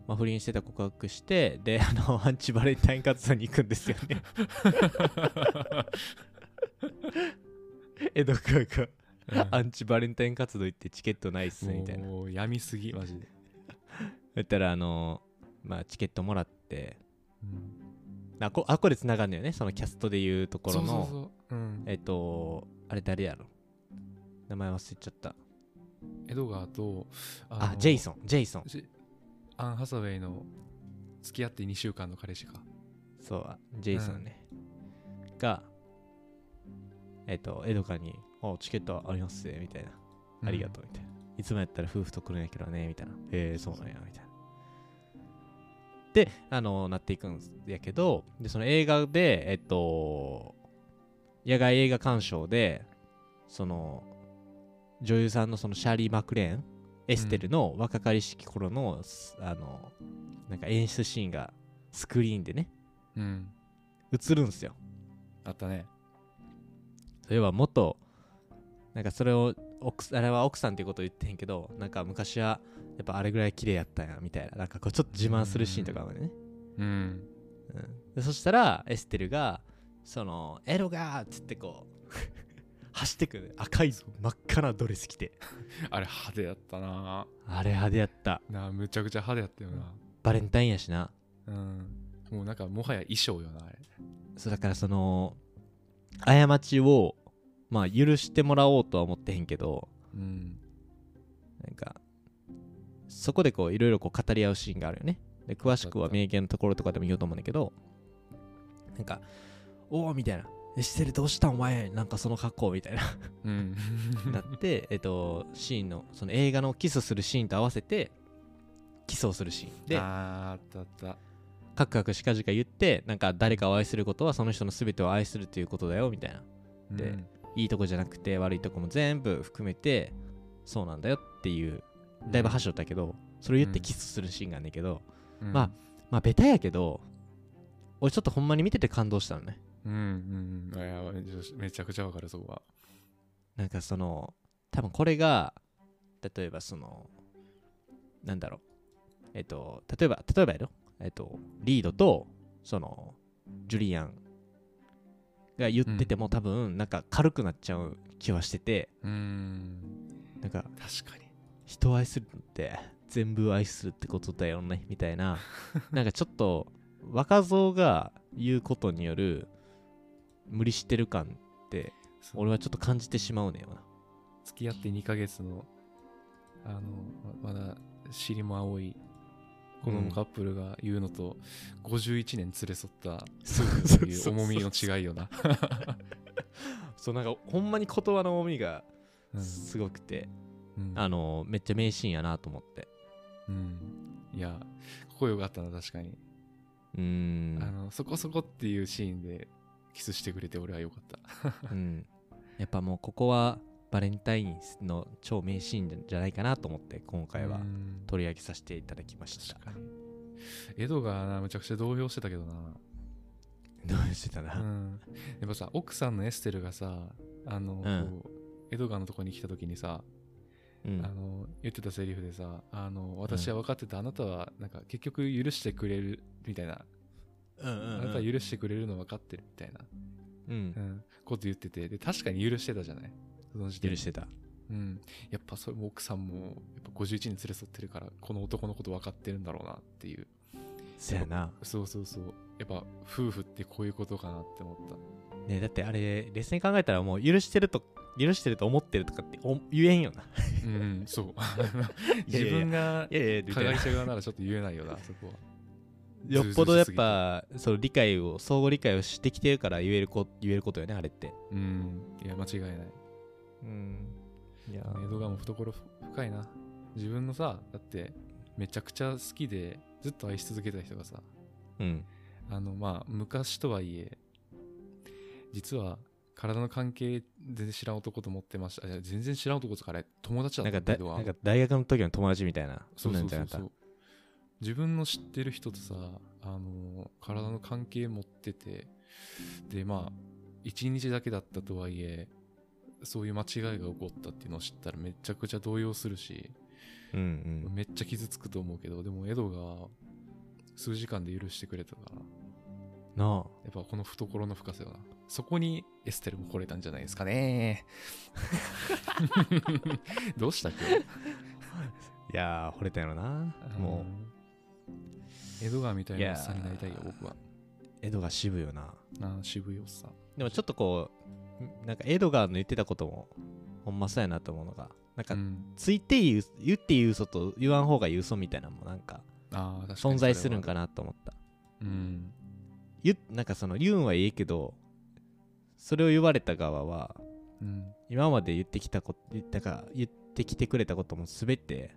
S1: まあ、不倫してた告白して、で、あの、アンチバレンタイン活動に行くんですよね。エド君が、 <laughs> アンチバレンタイン活動行ってチケットないっすね、みたいな。
S2: もう闇すぎマジで、
S1: 言ったらあのまあチケットもらって
S2: うん、
S1: あこあこれ繋がんのよねそのキャストでいうところの
S2: そうそうそう、うん、
S1: えっとあれ誰やろ名前忘れちゃった
S2: エドガーと
S1: あジェイ
S2: ン
S1: ソンジェイソン
S2: アン・ハサウェイの付き合って2週間の彼氏か
S1: そうあジェイソンね、がえっとエドカに「おチケットありますね」みたいな「ありがとう」みたいな、いつもやったら夫婦と来るんやけどね」みたいな「えー、そうなんや」みたいなであのなっていくんやけどでその映画でえっと野外映画鑑賞でその女優さんのそのシャーリー・マクレーンエステルの若かりしき頃の、すあのなんか演出シーンがスクリーンでね
S2: うん、うん、
S1: 映るんすよ
S2: あったね
S1: それは元なんかそれを奥あれは奥さんっていうことを言ってへんけどなんか昔はやっぱあれぐらい綺麗やったんやみたいななんかこうちょっと自慢するシーンとかもね、
S2: うん
S1: うん、でそしたらエステルがそのエロがーっつってこう <laughs> 走ってくる赤い真っ赤なドレス着て
S2: あれ派手やったな
S1: あれ派手やった
S2: なあむちゃくちゃ派手やったよな
S1: バレンタインやしな
S2: うんもうなんかもはや衣装よなあれ
S1: そうだからその過ちをまあ許してもらおうとは思ってへんけど
S2: うん
S1: なんか、そこでこう、いろいろこう語り合うシーンがあるよね。で、詳しくは名言のところとかでも言うと思うんだけど、なんか、おおみたいな。えシセルどうしたんお前なんかその格好みたい <laughs> な。
S2: うん
S1: なって、えっと、シーンの、その映画のキスするシーンと合わせて、キスをするシーン
S2: <laughs>
S1: で、
S2: あーあったあった
S1: カクカクしかじか言って、なんか誰かを愛することはその人の全てを愛するということだよ、みたいな。で
S2: うん
S1: いいとこじゃなくて悪いとこも全部含めて、そうなんだよっていう、だいぶ箸折ったけど、それを言ってキスするシーンがあんねんけど、
S2: うん
S1: まあまあベタやけど俺ちょっとほんまに見てて感動したのね
S2: うんうんうんいやめちゃくちゃわかるそこは
S1: なんかその多分これが例えばそのなんだろうえっと例えば例えばやろえっとリードとそのジュリアンが言ってても、多分なんか軽くなっちゃう気はしてて
S2: うん
S1: なんか
S2: 確かに
S1: 人を愛するのって全部愛するってことだよねみたいな <laughs> なんかちょっと若造が言うことによる無理してる感って
S2: そう
S1: 俺はちょっと感じてしまうねんよな
S2: 付き合って2ヶ月のあのままだ尻も青い子供カップルが言うのと、51年連れ添った
S1: そう
S2: という重みの違いよ
S1: <laughs>
S2: な、
S1: そうなんかほんまに言葉の重みが
S2: うん
S1: すごくて、
S2: うん
S1: あのめっちゃ名シーンやなと思って
S2: うんいやここよかったな確かに、
S1: うーん
S2: あのそこそこっていうシーンでキスしてくれて俺はよかった
S1: うん、やっぱもうここはバレンタインの超名シーンじゃないかなと思って今回は
S2: うん
S1: 取り上げさせていただきました
S2: 確かにエドがなむちゃくちゃ動揺してたけどな
S1: どうしてた
S2: う
S1: な、
S2: ん、やっぱさ奥さんのエステルがさあの、
S1: うん
S2: こうエドガーのとこに来た時にさ、
S1: うん
S2: あの言ってたセリフでさ「あの私は分かってた、あなたはなんか結局許してくれる」みたいな、
S1: うんうんうん
S2: あなたは許してくれるの分かってる」みたいな、
S1: うん
S2: うん、こと言っててで確かに許してたじゃないその時点
S1: 許
S2: で
S1: してた
S2: うん、やっぱそれも奥さんもやっぱ51に連れ添ってるからこの男のこと分かってるんだろうなっていう
S1: そやな、
S2: そうそうそうやっぱ夫婦ってこういうことかなって思った
S1: ね、だってあれ冷静に考えたらもう許してると許してると思ってるとかってお言えんよ <laughs> な
S2: うんそう
S1: いや
S2: 自
S1: いやいや
S2: 分が
S1: いやいや
S2: 加
S1: みたいな
S2: 害者側ならちょっと言えないよなそこは
S1: よっぽどやっぱその理解を相互理解をしてきてるから言えるこ言えることよねあれって
S2: うんいや間違いない
S1: うんいや
S2: 江戸川も懐深いな自分のさだってめちゃくちゃ好きでずっと愛し続けた人がさ
S1: うん
S2: あのまあ昔とはいえ実は体の関係全然知らん男と思ってましたあいや全然知らん男とかあれ友達だ
S1: な
S2: った
S1: ん
S2: ん
S1: か
S2: だ
S1: だ
S2: けど
S1: なんか大学の時の友達みたいな
S2: そう
S1: な
S2: そ
S1: ん
S2: うそ
S1: じゃな
S2: う
S1: か
S2: そ
S1: っ
S2: う自分の知ってる人とさあの体の関係持っててでまあ一日だけだったとはいえそういう間違いが起こったっていうのを知ったらめちゃくちゃ動揺するし
S1: たうん
S2: めっちゃ傷つくと思うけどでもエドが数時間で許してくれたから
S1: うんなあ
S2: やっぱこの懐の深さよな。そこにエステルも惚れたんじゃないですか
S1: <laughs>
S2: ね。どうしたっけ
S1: いやー惚れたやろなも
S2: う。江戸川みたい
S1: い
S2: な
S1: や
S2: お
S1: ー
S2: っさんになりたいよ、僕は。
S1: うエドが渋いよな
S2: なあ渋いおっさん。
S1: でもちょっとこうんなんかエドガーの言ってたこともほんまそうやなと思うのがなんか
S2: うん、
S1: ついて言う言って言う嘘と言わん方が言う嘘みたいなのもなんか
S2: ああ、確かに
S1: 存在するんか
S2: な。
S1: なと思った
S2: うん。
S1: 言っなんかその言うんはいいけどそれを言われた側は
S2: うん。
S1: 今まで言ってきたこと言ったか言ってきてくれたことも全て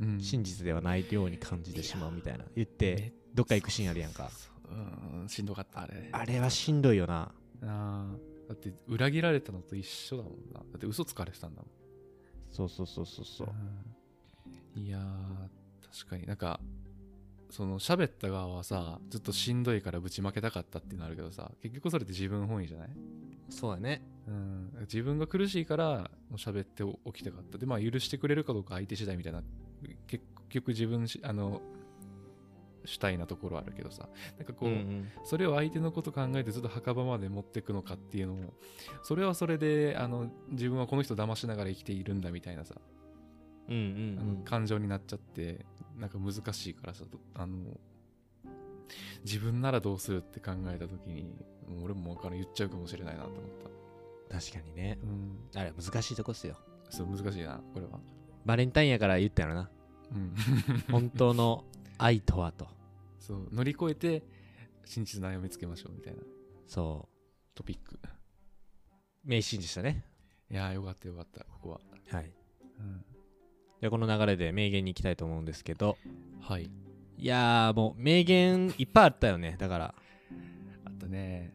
S2: うん、
S1: 真実ではないように感じてしまうみたいな言ってどっか行くシーンあるやんか
S2: そうそうそううん、しんどかった、あれ。
S1: あれはしんどいよな
S2: あーだって、裏切られたのと一緒だもんな。だって、嘘つかれてたんだもん。
S1: そうそうそうそうそう
S2: うんいやー確かになんかその喋った側はさずっとしんどいからぶちまけたかったっていうのあるけどさ結局それって自分本位じゃない、
S1: そうだね
S2: うん、自分が苦しいからもう喋っておきたかったでまあ許してくれるかどうか相手次第みたいな結局自分しあの主体なところあるけどさなんかこ
S1: う
S2: う、
S1: んうん
S2: それを相手のこと考えてずっと墓場まで持ってくのかっていうのもそれはそれであの自分はこの人騙しながら生きているんだみたいなさ
S1: うん
S2: あの感情になっちゃってなんか難しいからさとあの自分ならどうするって考えた時にもう俺も分からん言っちゃうかもしれないなと思った、
S1: 確かにね
S2: うん、
S1: あれ難しいとこっすよ
S2: そう難しいなこれは
S1: バレンタインやから言ったやろ <laughs> な
S2: うん <laughs>
S1: 本当の愛とはと
S2: そう乗り越えて真実な悩みつけましょうみたいな
S1: そ
S2: トピック
S1: う名シーンでしたね
S2: いやーよかったよかったここは、
S1: はい
S2: うん、
S1: じゃあこの流れで名言に行きたいと思うんですけど
S2: はい
S1: いやーもう名言いっぱいあったよねだから
S2: あったね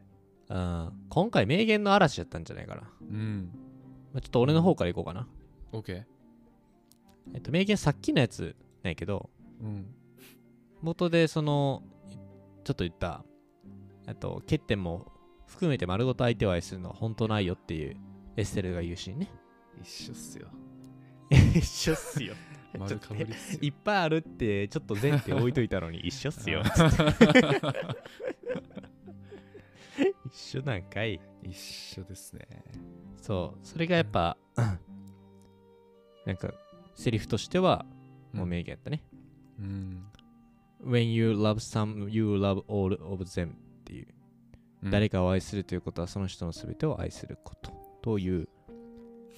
S1: うん今回名言の嵐やったんじゃないかな、ま
S2: うん
S1: あ、ちょっと俺の方からいこうかな、
S2: OK
S1: えっと、名言さっきのやつなんやけど
S2: うん
S1: 元でそのちょっと言ったあと欠点も含めて丸ごと相手を愛するのは本当ないよっていうエステルが言うシーンね
S2: 一緒っ <laughs> すよ
S1: <laughs> 一緒っすよちょ
S2: 丸
S1: っと
S2: か
S1: ね
S2: ぶりっすよ
S1: いっぱいあるってちょっと前提置いといたのに一緒っすよ一緒なんかい
S2: 一緒ですね
S1: そうそれがやっぱなんかセリフとしてはもう名言やったね、
S2: うん、
S1: When you love some, you love all of them っていう、
S2: うん
S1: 誰かを愛するということはその人の全てを愛することという、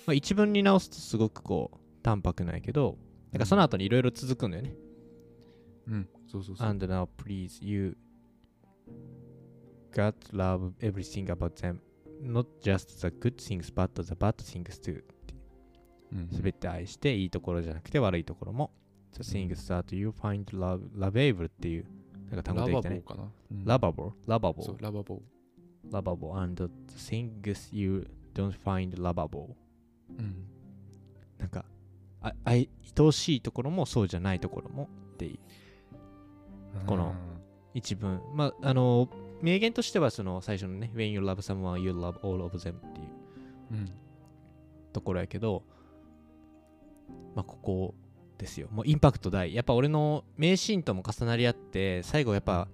S1: まあ、一文に直すとすごくこう淡白なんやけどなんかその後にいろいろ続くんだよね、
S2: うん、そうそうそう。
S1: And now please you got love everything about them not just the good things but the bad things too
S2: うん
S1: すべて愛していいところじゃなくて悪いところも The things that you find love, lovable っていうなんか単語できたね
S2: ラバボーかな。うん
S1: lovable lovable
S2: そう、ラバボー。
S1: lovable and the things you don't find lovable
S2: うん。
S1: なんかあ愛愛しいところもそうじゃないところもっていうこの一文まああの名言としてはその最初のね When you love someone you love all of them ってい
S2: う
S1: う
S2: ん。
S1: ところやけどまあここですよもうインパクト大やっぱ俺の名シーンとも重なり合って最後やっぱ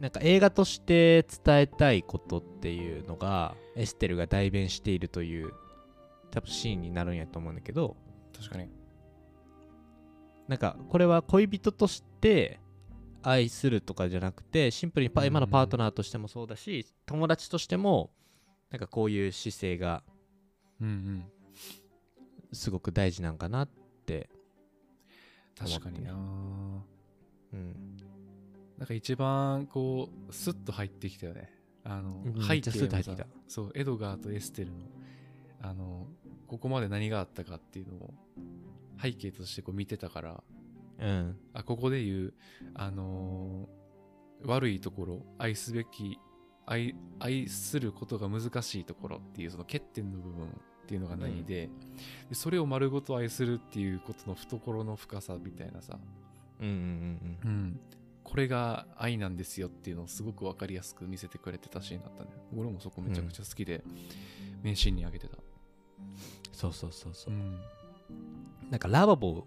S1: なんか映画として伝えたいことっていうのがエステルが代弁しているという多分シーンになるんやと思うんだけど
S2: 確かに
S1: なんかこれは恋人として愛するとかじゃなくてシンプルにパ
S2: うん
S1: 今のパートナーとしてもそうだし友達としてもなんかこういう姿勢が
S2: うんうん
S1: すごく大事なんかなって、
S2: 確かにな
S1: うん、
S2: なんか一番こうスッと入ってきたよねあの、
S1: うんめ
S2: 背
S1: っちゃ
S2: 景
S1: スッ
S2: も
S1: と入って
S2: さ
S1: きた
S2: そうエドガーとエステルのあのここまで何があったかっていうのを背景としてこう見てたから
S1: うん、
S2: あここで言う、あのー悪いところ愛すべき愛愛することが難しいところっていうその欠点の部分っていうのが何で,、でそれを丸ごと愛するっていうことの懐の深さみたいなさ、
S1: うんうんうん
S2: うん、これが愛なんですよっていうのをすごく分かりやすく見せてくれてたシーンだったね俺もそこめちゃくちゃ好きで、名シーンに挙げてた、
S1: そうそうそうそううんなんかラバボーっ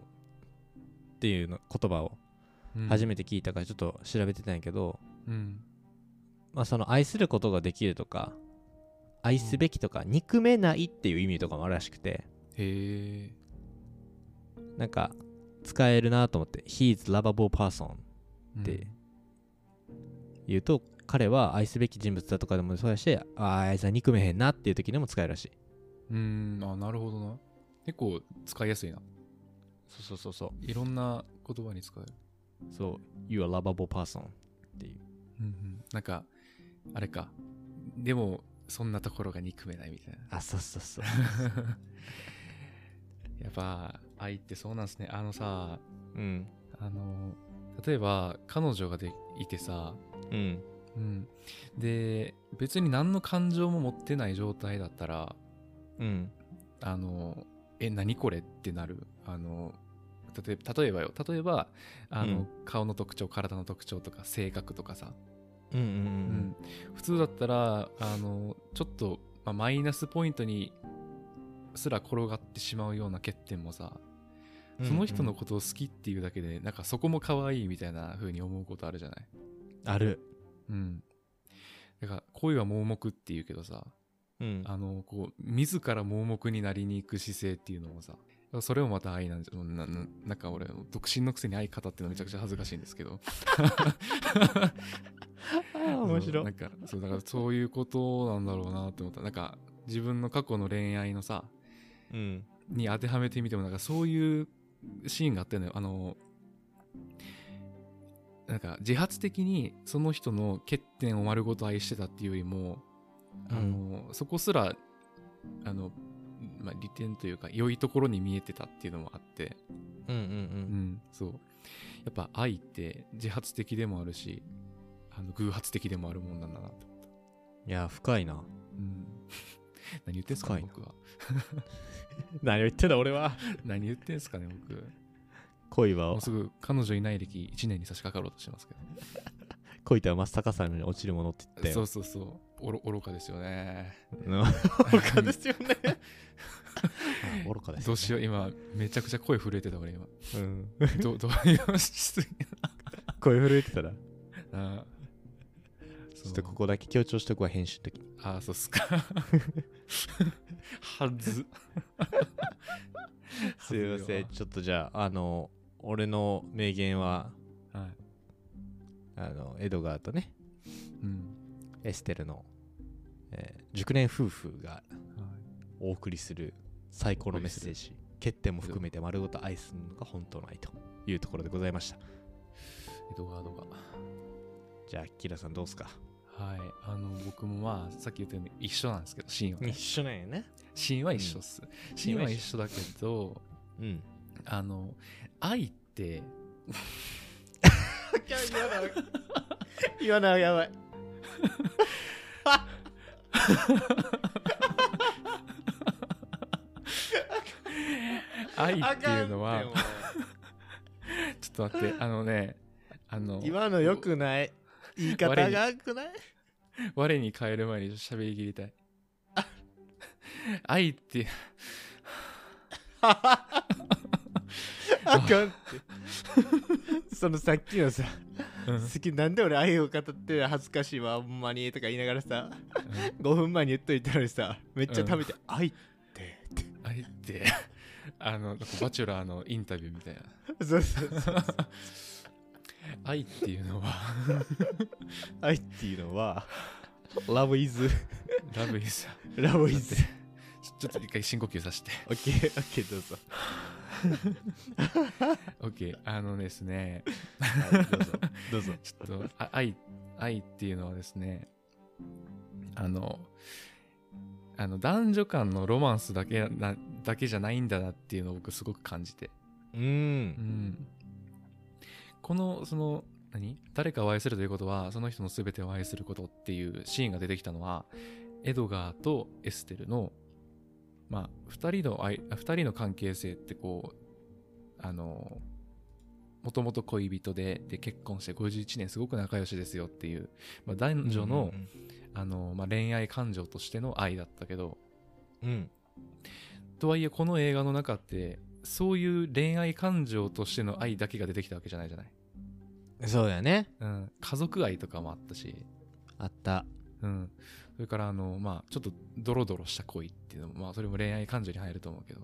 S1: ていうの言葉を
S2: うん、
S1: 初
S2: め
S1: めて聞いたからちょっと調べてたんやけど、
S2: うん
S1: まあ、その愛することができるとか愛すべきとか憎めないっていう意味とかもあるらしくて
S2: へえ
S1: なんか使えるなと思って「He's lovable person」で言うと彼は愛すべき人物だとかでもそうやしあーあいつは憎めへんなっていう時でも使えるらしい
S2: うんあなるほどな結構使いやすいな
S1: そうそうそうそう
S2: いろんな言葉に使える、
S1: そう「You are lovable person」っていう
S2: なんかあれかでもそんなところが憎めないみたいな
S1: あそうそうそう
S2: やっぱ愛ってそうなんですねあのさ
S1: うん
S2: あの例えば彼女がでいてさ、
S1: うん
S2: うん、で別に何の感情も持ってない状態だったら
S1: うん
S2: あのえ何これってなるあの例え例えばよ例えばあの、
S1: うん
S2: 顔の特徴体の特徴とか性格とかさ
S1: うんうん
S2: うん、普通だったらあのちょっと、まあ、マイナスポイントにすら転がってしまうような欠点もさ
S1: うん
S2: その人のことを好きっていうだけで、なんかそこも可愛いみたいな風に思うことあるじゃない
S1: ある
S2: うんだから恋は盲目っていうけどさ
S1: うん
S2: あのこう自ら盲目になりに行く姿勢っていうのもさそれもまた愛なんじゃなななんか俺独身のくせに愛方ってのめちゃくちゃ恥ずかしいんですけど
S1: あー <laughs> 面白
S2: うんなんかそうだからそういうことなんだろうなって思ったなんか自分の過去の恋愛のさ
S1: うん
S2: に当てはめてみてもなんかそういうシーンがあったのよあのなんか自発的にその人の欠点を丸ごと愛してたっていうよりもあの、そこすらあの、まあ、利点というか良いところに見えてたっていうのもあって、
S1: うんうんう
S2: うんん、そうやっぱ愛って自発的でもあるしあの偶発的でもあるもんなんだなって
S1: いや深いな
S2: うん、 <laughs> 何言ってんすかね
S1: 深い
S2: 僕
S1: な
S2: は。
S1: 何を言ってんだ俺は
S2: 何言ってんすかね僕。
S1: 恋は
S2: もうすぐ彼女いない歴1年に差し掛かろうとしてますけ
S1: 恋とは真っ逆さに落ちるものって言
S2: ど。
S1: った
S2: そ
S1: よ
S2: うそうそう。おろ愚かですよね。
S1: <laughs> うん愚かですよ <laughs> ねあ愚かです
S2: どうしよう、今、めちゃくちゃ声震えてた
S1: <laughs>
S2: 俺今。
S1: う、うん、
S2: どどういうしすぎ
S1: 声震えてたらち
S2: たな。ち
S1: ょっとここだけ強調しとくわ編集の時に
S2: ああ、そうっ
S1: <laughs>
S2: すか。はず。
S1: すいません
S2: はず
S1: ちょっとじゃああの俺の名言は
S2: よはい。
S1: あのエドガーとね
S2: うん。
S1: エステルの、えー熟年夫婦が
S2: はい
S1: お送りする最高のメッセージ欠点も含めて丸ごと愛するのが本当の愛というところでございました
S2: え動画動画。
S1: じゃあキラさんどうっすか
S2: はい。あの、僕もまあ、さっき言ったように一緒なんですけど、シーンはね。
S1: 緒なんやね
S2: シーンは一緒っす。シーンは一緒だけど、
S1: うん
S2: あの、愛って、
S1: <laughs> 言わない言わないやばい
S2: 愛っていうのは、ちょっと待 <laughs> って、あのね、あの、
S1: 今の良くない言い方
S2: 我に
S1: が良くない
S2: 我に変える前に喋り切りた <laughs> い。愛って、
S1: あかんって <laughs> そのさっきのさ
S2: うんうん
S1: 好きなんで俺愛を語って恥ずかしいわほんまにとか言いながらさ5分前に言っといたのにさめっちゃ食べて「愛って」って
S2: あの、なんかバチュラーのインタビューみたいな。
S1: そうそう
S2: <laughs> 愛っていうの <laughs> は、
S1: 愛っていうの <laughs> は Love is
S2: ラブイズ。
S1: Love <laughs> is
S2: ちょちょっと一回深呼吸させて。
S1: OK OK どうぞ
S2: OK。あのですね、
S1: はいどうぞどうぞ
S2: ちょっと、あ愛、愛っていうのはですね、あの、あの男女間のロマンスだけなだけじゃないんだなっていうのを僕すごく感じて。
S1: う
S2: うんん、このその何誰かを愛するということはその人の全てを愛することっていうシーンが出てきたのはエドガーとエステルの、まあ、2人の愛あ二人の関係性ってこうあのもともと恋人でで結婚して51年すごく仲良しですよっていう、まあ、男女の,、あのまあ、恋愛感情としての愛だったけど、
S1: うん
S2: とはいえこの映画の中ってそういう恋愛感情としての愛だけが出てきたわけじゃないじゃない、
S1: そうだよね
S2: うん、家族愛とかもあったし、
S1: あった
S2: うん、それからあのまあちょっとドロドロした恋っていうのもまあそれも恋愛感情に入ると思うけど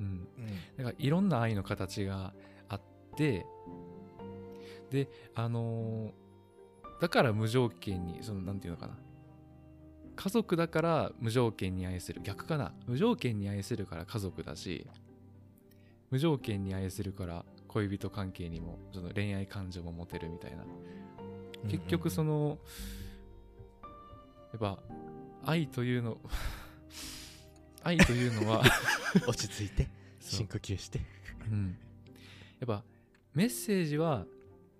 S2: うんだからいろんな愛の形があってであのーだから無条件にそのなんていうのかな家族だから無条件に愛せる逆かな無条件に愛せるから家族だし無条件に愛せるから恋人関係にもその恋愛感情も持てるみたいな結局そ
S1: の
S2: のやっぱ愛というの <laughs> 愛という
S1: <laughs>
S2: のは
S1: 落ち着いて
S2: そう
S1: 深呼吸して
S2: うん、やっぱメッセージは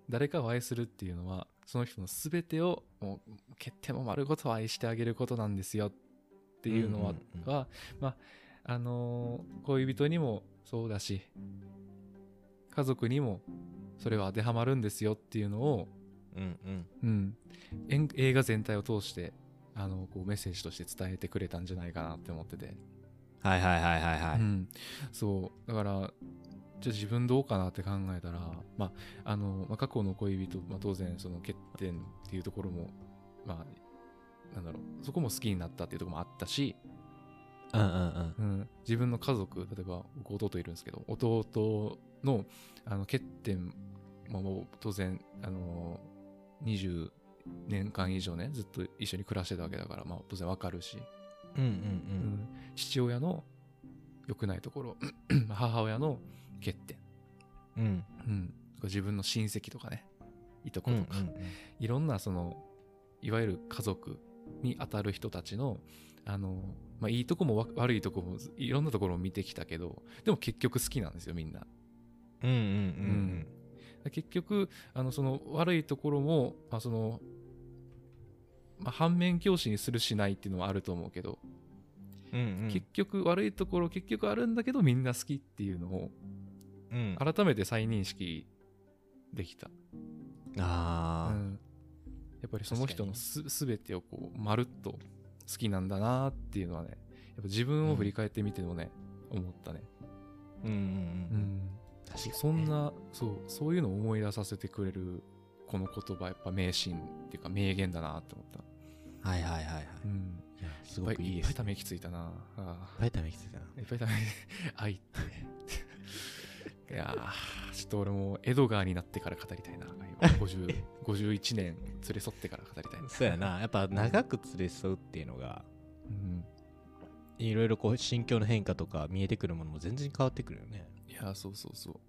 S2: 誰かを愛するっていうのはその人の全てをもう欠点も丸ごと愛してあげることなんですよっていうのは,、
S1: うんうんうん
S2: はまああのー恋人にもそうだし家族にもそれは当てはまるんですよっていうのを、
S1: うんうん
S2: うん、えん映画全体を通してあのこうメッセージとして伝えてくれたんじゃないかなって思ってて。
S1: はいはいはいはいは
S2: う
S1: い
S2: ん、そうだからじゃあ自分どうかなって考えたら、まああのまあ、過去の恋人、まあ、当然その欠点っていうところも、まあ、なんだろうそこも好きになったっていうところもあったし、
S1: うんうんうん
S2: うん、自分の家族例えば僕弟いるんですけど弟のあの欠点ももう当然あの20年間以上ねずっと一緒に暮らしてたわけだから、まあ、当然わかるし、
S1: うんうん
S2: うん父親の良くないところ <clears throat> 母親の欠点、
S1: うんうん
S2: うん、自分の親戚とかねいとこ
S1: う
S2: と
S1: ん
S2: か、いろんなそのいわゆる家族に当たる人たちのあの、まあ、いいとこもわ悪いとこもいろんなところを見てきたけどでも結局好きなんですよみんな。
S1: うんうんうん
S2: 結局あのその悪いところも、まあそのまあ、反面教師にするしないっていうのはあると思うけど、
S1: うんうん
S2: 結局悪いところ結局あるんだけどみんな好きっていうのを
S1: うん
S2: 改めて再認識できた、う
S1: ああ
S2: ん、やっぱりその人のす全てをこうまるっと好きなんだなっていうのはねやっぱ自分を振り返ってみてもね、思ったね、
S1: うんうんうん確かにね
S2: そんなそうそういうのを思い出させてくれるこの言葉やっぱ名シーンっていうか名言だなって思った、
S1: はいはいはいはい
S2: うん、
S1: いやすごくいい
S2: っ
S1: です
S2: ぱ
S1: ね
S2: いため息ついたなあー
S1: いっぱい食べきてたない
S2: っぱい食べ <laughs> 愛って。いやーちょっと俺もエドガーになってから語りたいな。今50
S1: <laughs>
S2: 51年連れ添ってから語りたいな。
S1: そうやなやっぱ長く連れ添うっていうのが
S2: うん。
S1: いろいろこう心境の変化とか見えてくるものも全然変わってくるよね
S2: いやーそうそうそう。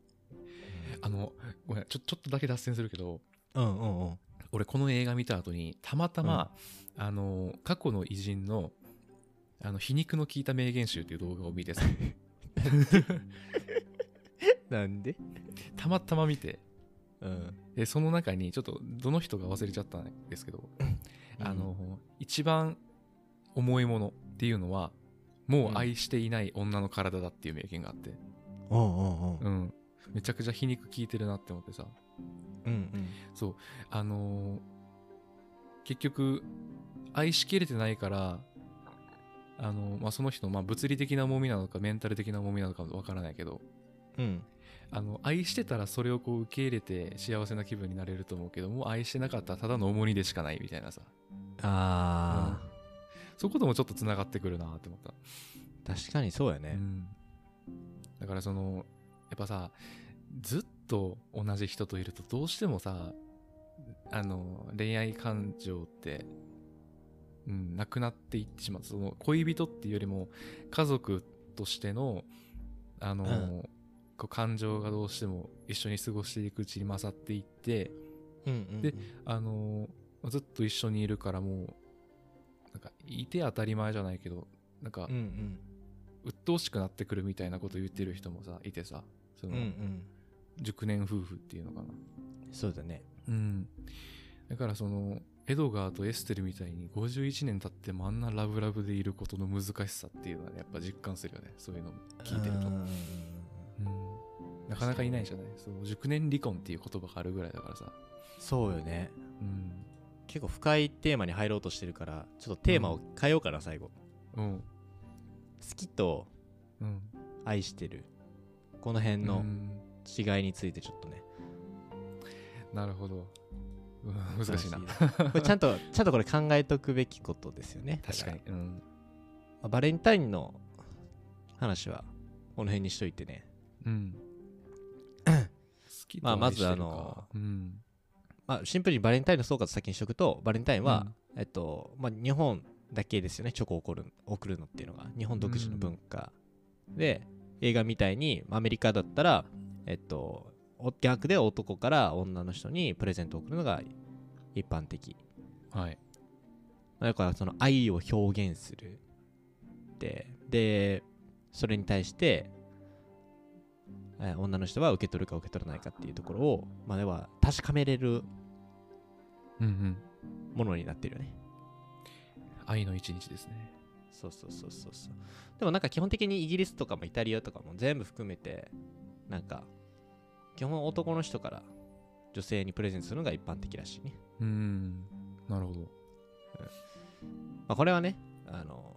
S2: あの、ごめん、ちょちょっとだけ脱線するけど、
S1: うんうんうん
S2: 俺この映画見た後に、たまたま、あの、過去の偉人の、あの、皮肉の効いた名言集っていう動画を見てさ、
S1: なんで
S2: たまたま見て、
S1: うん
S2: で、その中に、ちょっと、どの人が忘れちゃったんですけど、あの、一番重いものっていうのは、もう愛していない女の体だっていう名言があって、
S1: うんうんうん
S2: うん。めちゃくちゃ皮肉効いてるなって思ってさ、
S1: うん
S2: そう、あのー結局、愛しきれてないから、あのーまあ、その人の、まあ、物理的な重みなのか、メンタル的な重みなのかわからないけど、
S1: うん
S2: あの、愛してたらそれをこう受け入れて幸せな気分になれると思うけども、愛してなかったらただの重荷でしかないみたいなさ、
S1: あ
S2: そういうこともちょっと繋がってくるなって思った。
S1: ー確かにそうやね
S2: うんだからそのやっぱさずっと同じ人といるとどうしてもさあの恋愛感情って、うん、なくなっていってしまうその恋人っていうよりも家族としてのあの、
S3: うん
S2: こう感情がどうしても一緒に過ごしていくうちに勝っていって
S3: うんうん
S2: であのずっと一緒にいるからもうなんかいて当たり前じゃないけどなんか
S3: うんうん
S2: 鬱陶しくなってくるみたいなこと言ってる人もさいてさそ
S3: うん
S2: の、
S3: うん
S2: 熟年夫婦っていうのかな
S3: そうだね
S2: うんだからそのエドガーとエステルみたいに51年経ってもあんなラブラブでいることの難しさっていうのはねやっぱ実感するよねそういうのも聞いてると
S3: うんうんうん
S2: うんなかなかいないじゃないそう熟年離婚っていう言葉があるぐらいだからさ
S1: そうよね
S2: うん
S1: 結構深いテーマに入ろうとしてるからちょっとテーマを変えようかな最後、
S2: うん
S1: 好きと
S2: うん
S1: 愛してるこの辺の
S2: うん
S1: 違いについてちょっとね、
S2: なるほど、うん、難しいな
S1: これちゃ
S2: <laughs>
S1: んとちゃんとこれ考えとくべきことですよね
S2: 確かに、うん
S1: まあバレンタインの話はこの辺にしといてね
S2: うん、好きと
S1: まあまず
S2: 愛してるか
S1: あの
S2: うん
S1: まあ、シンプルにバレンタインの総括先にしとくとバレンタインは
S2: うん、
S1: えっとまあ、日本だけですよねチョコを送る送るのっていうのが日本独自の文化、で映画みたいにまあアメリカだったら、えっと、お逆で男から女の人にプレゼントを送るのが一般的
S2: はい
S1: だからその愛を表現するででそれに対してえー女の人は受け取るか受け取らないかっていうところを、まあ、では確かめれる
S2: うんうん
S1: ものになってるよね
S2: 愛の一日ですね
S1: そうそうそうそうそうでもなんか基本的にイギリスとかもイタリアとかも全部含めてなんか基本男の人から女性にプレゼントするのが一般的らしいね、
S2: うんなるほど
S1: まあ、これはねあの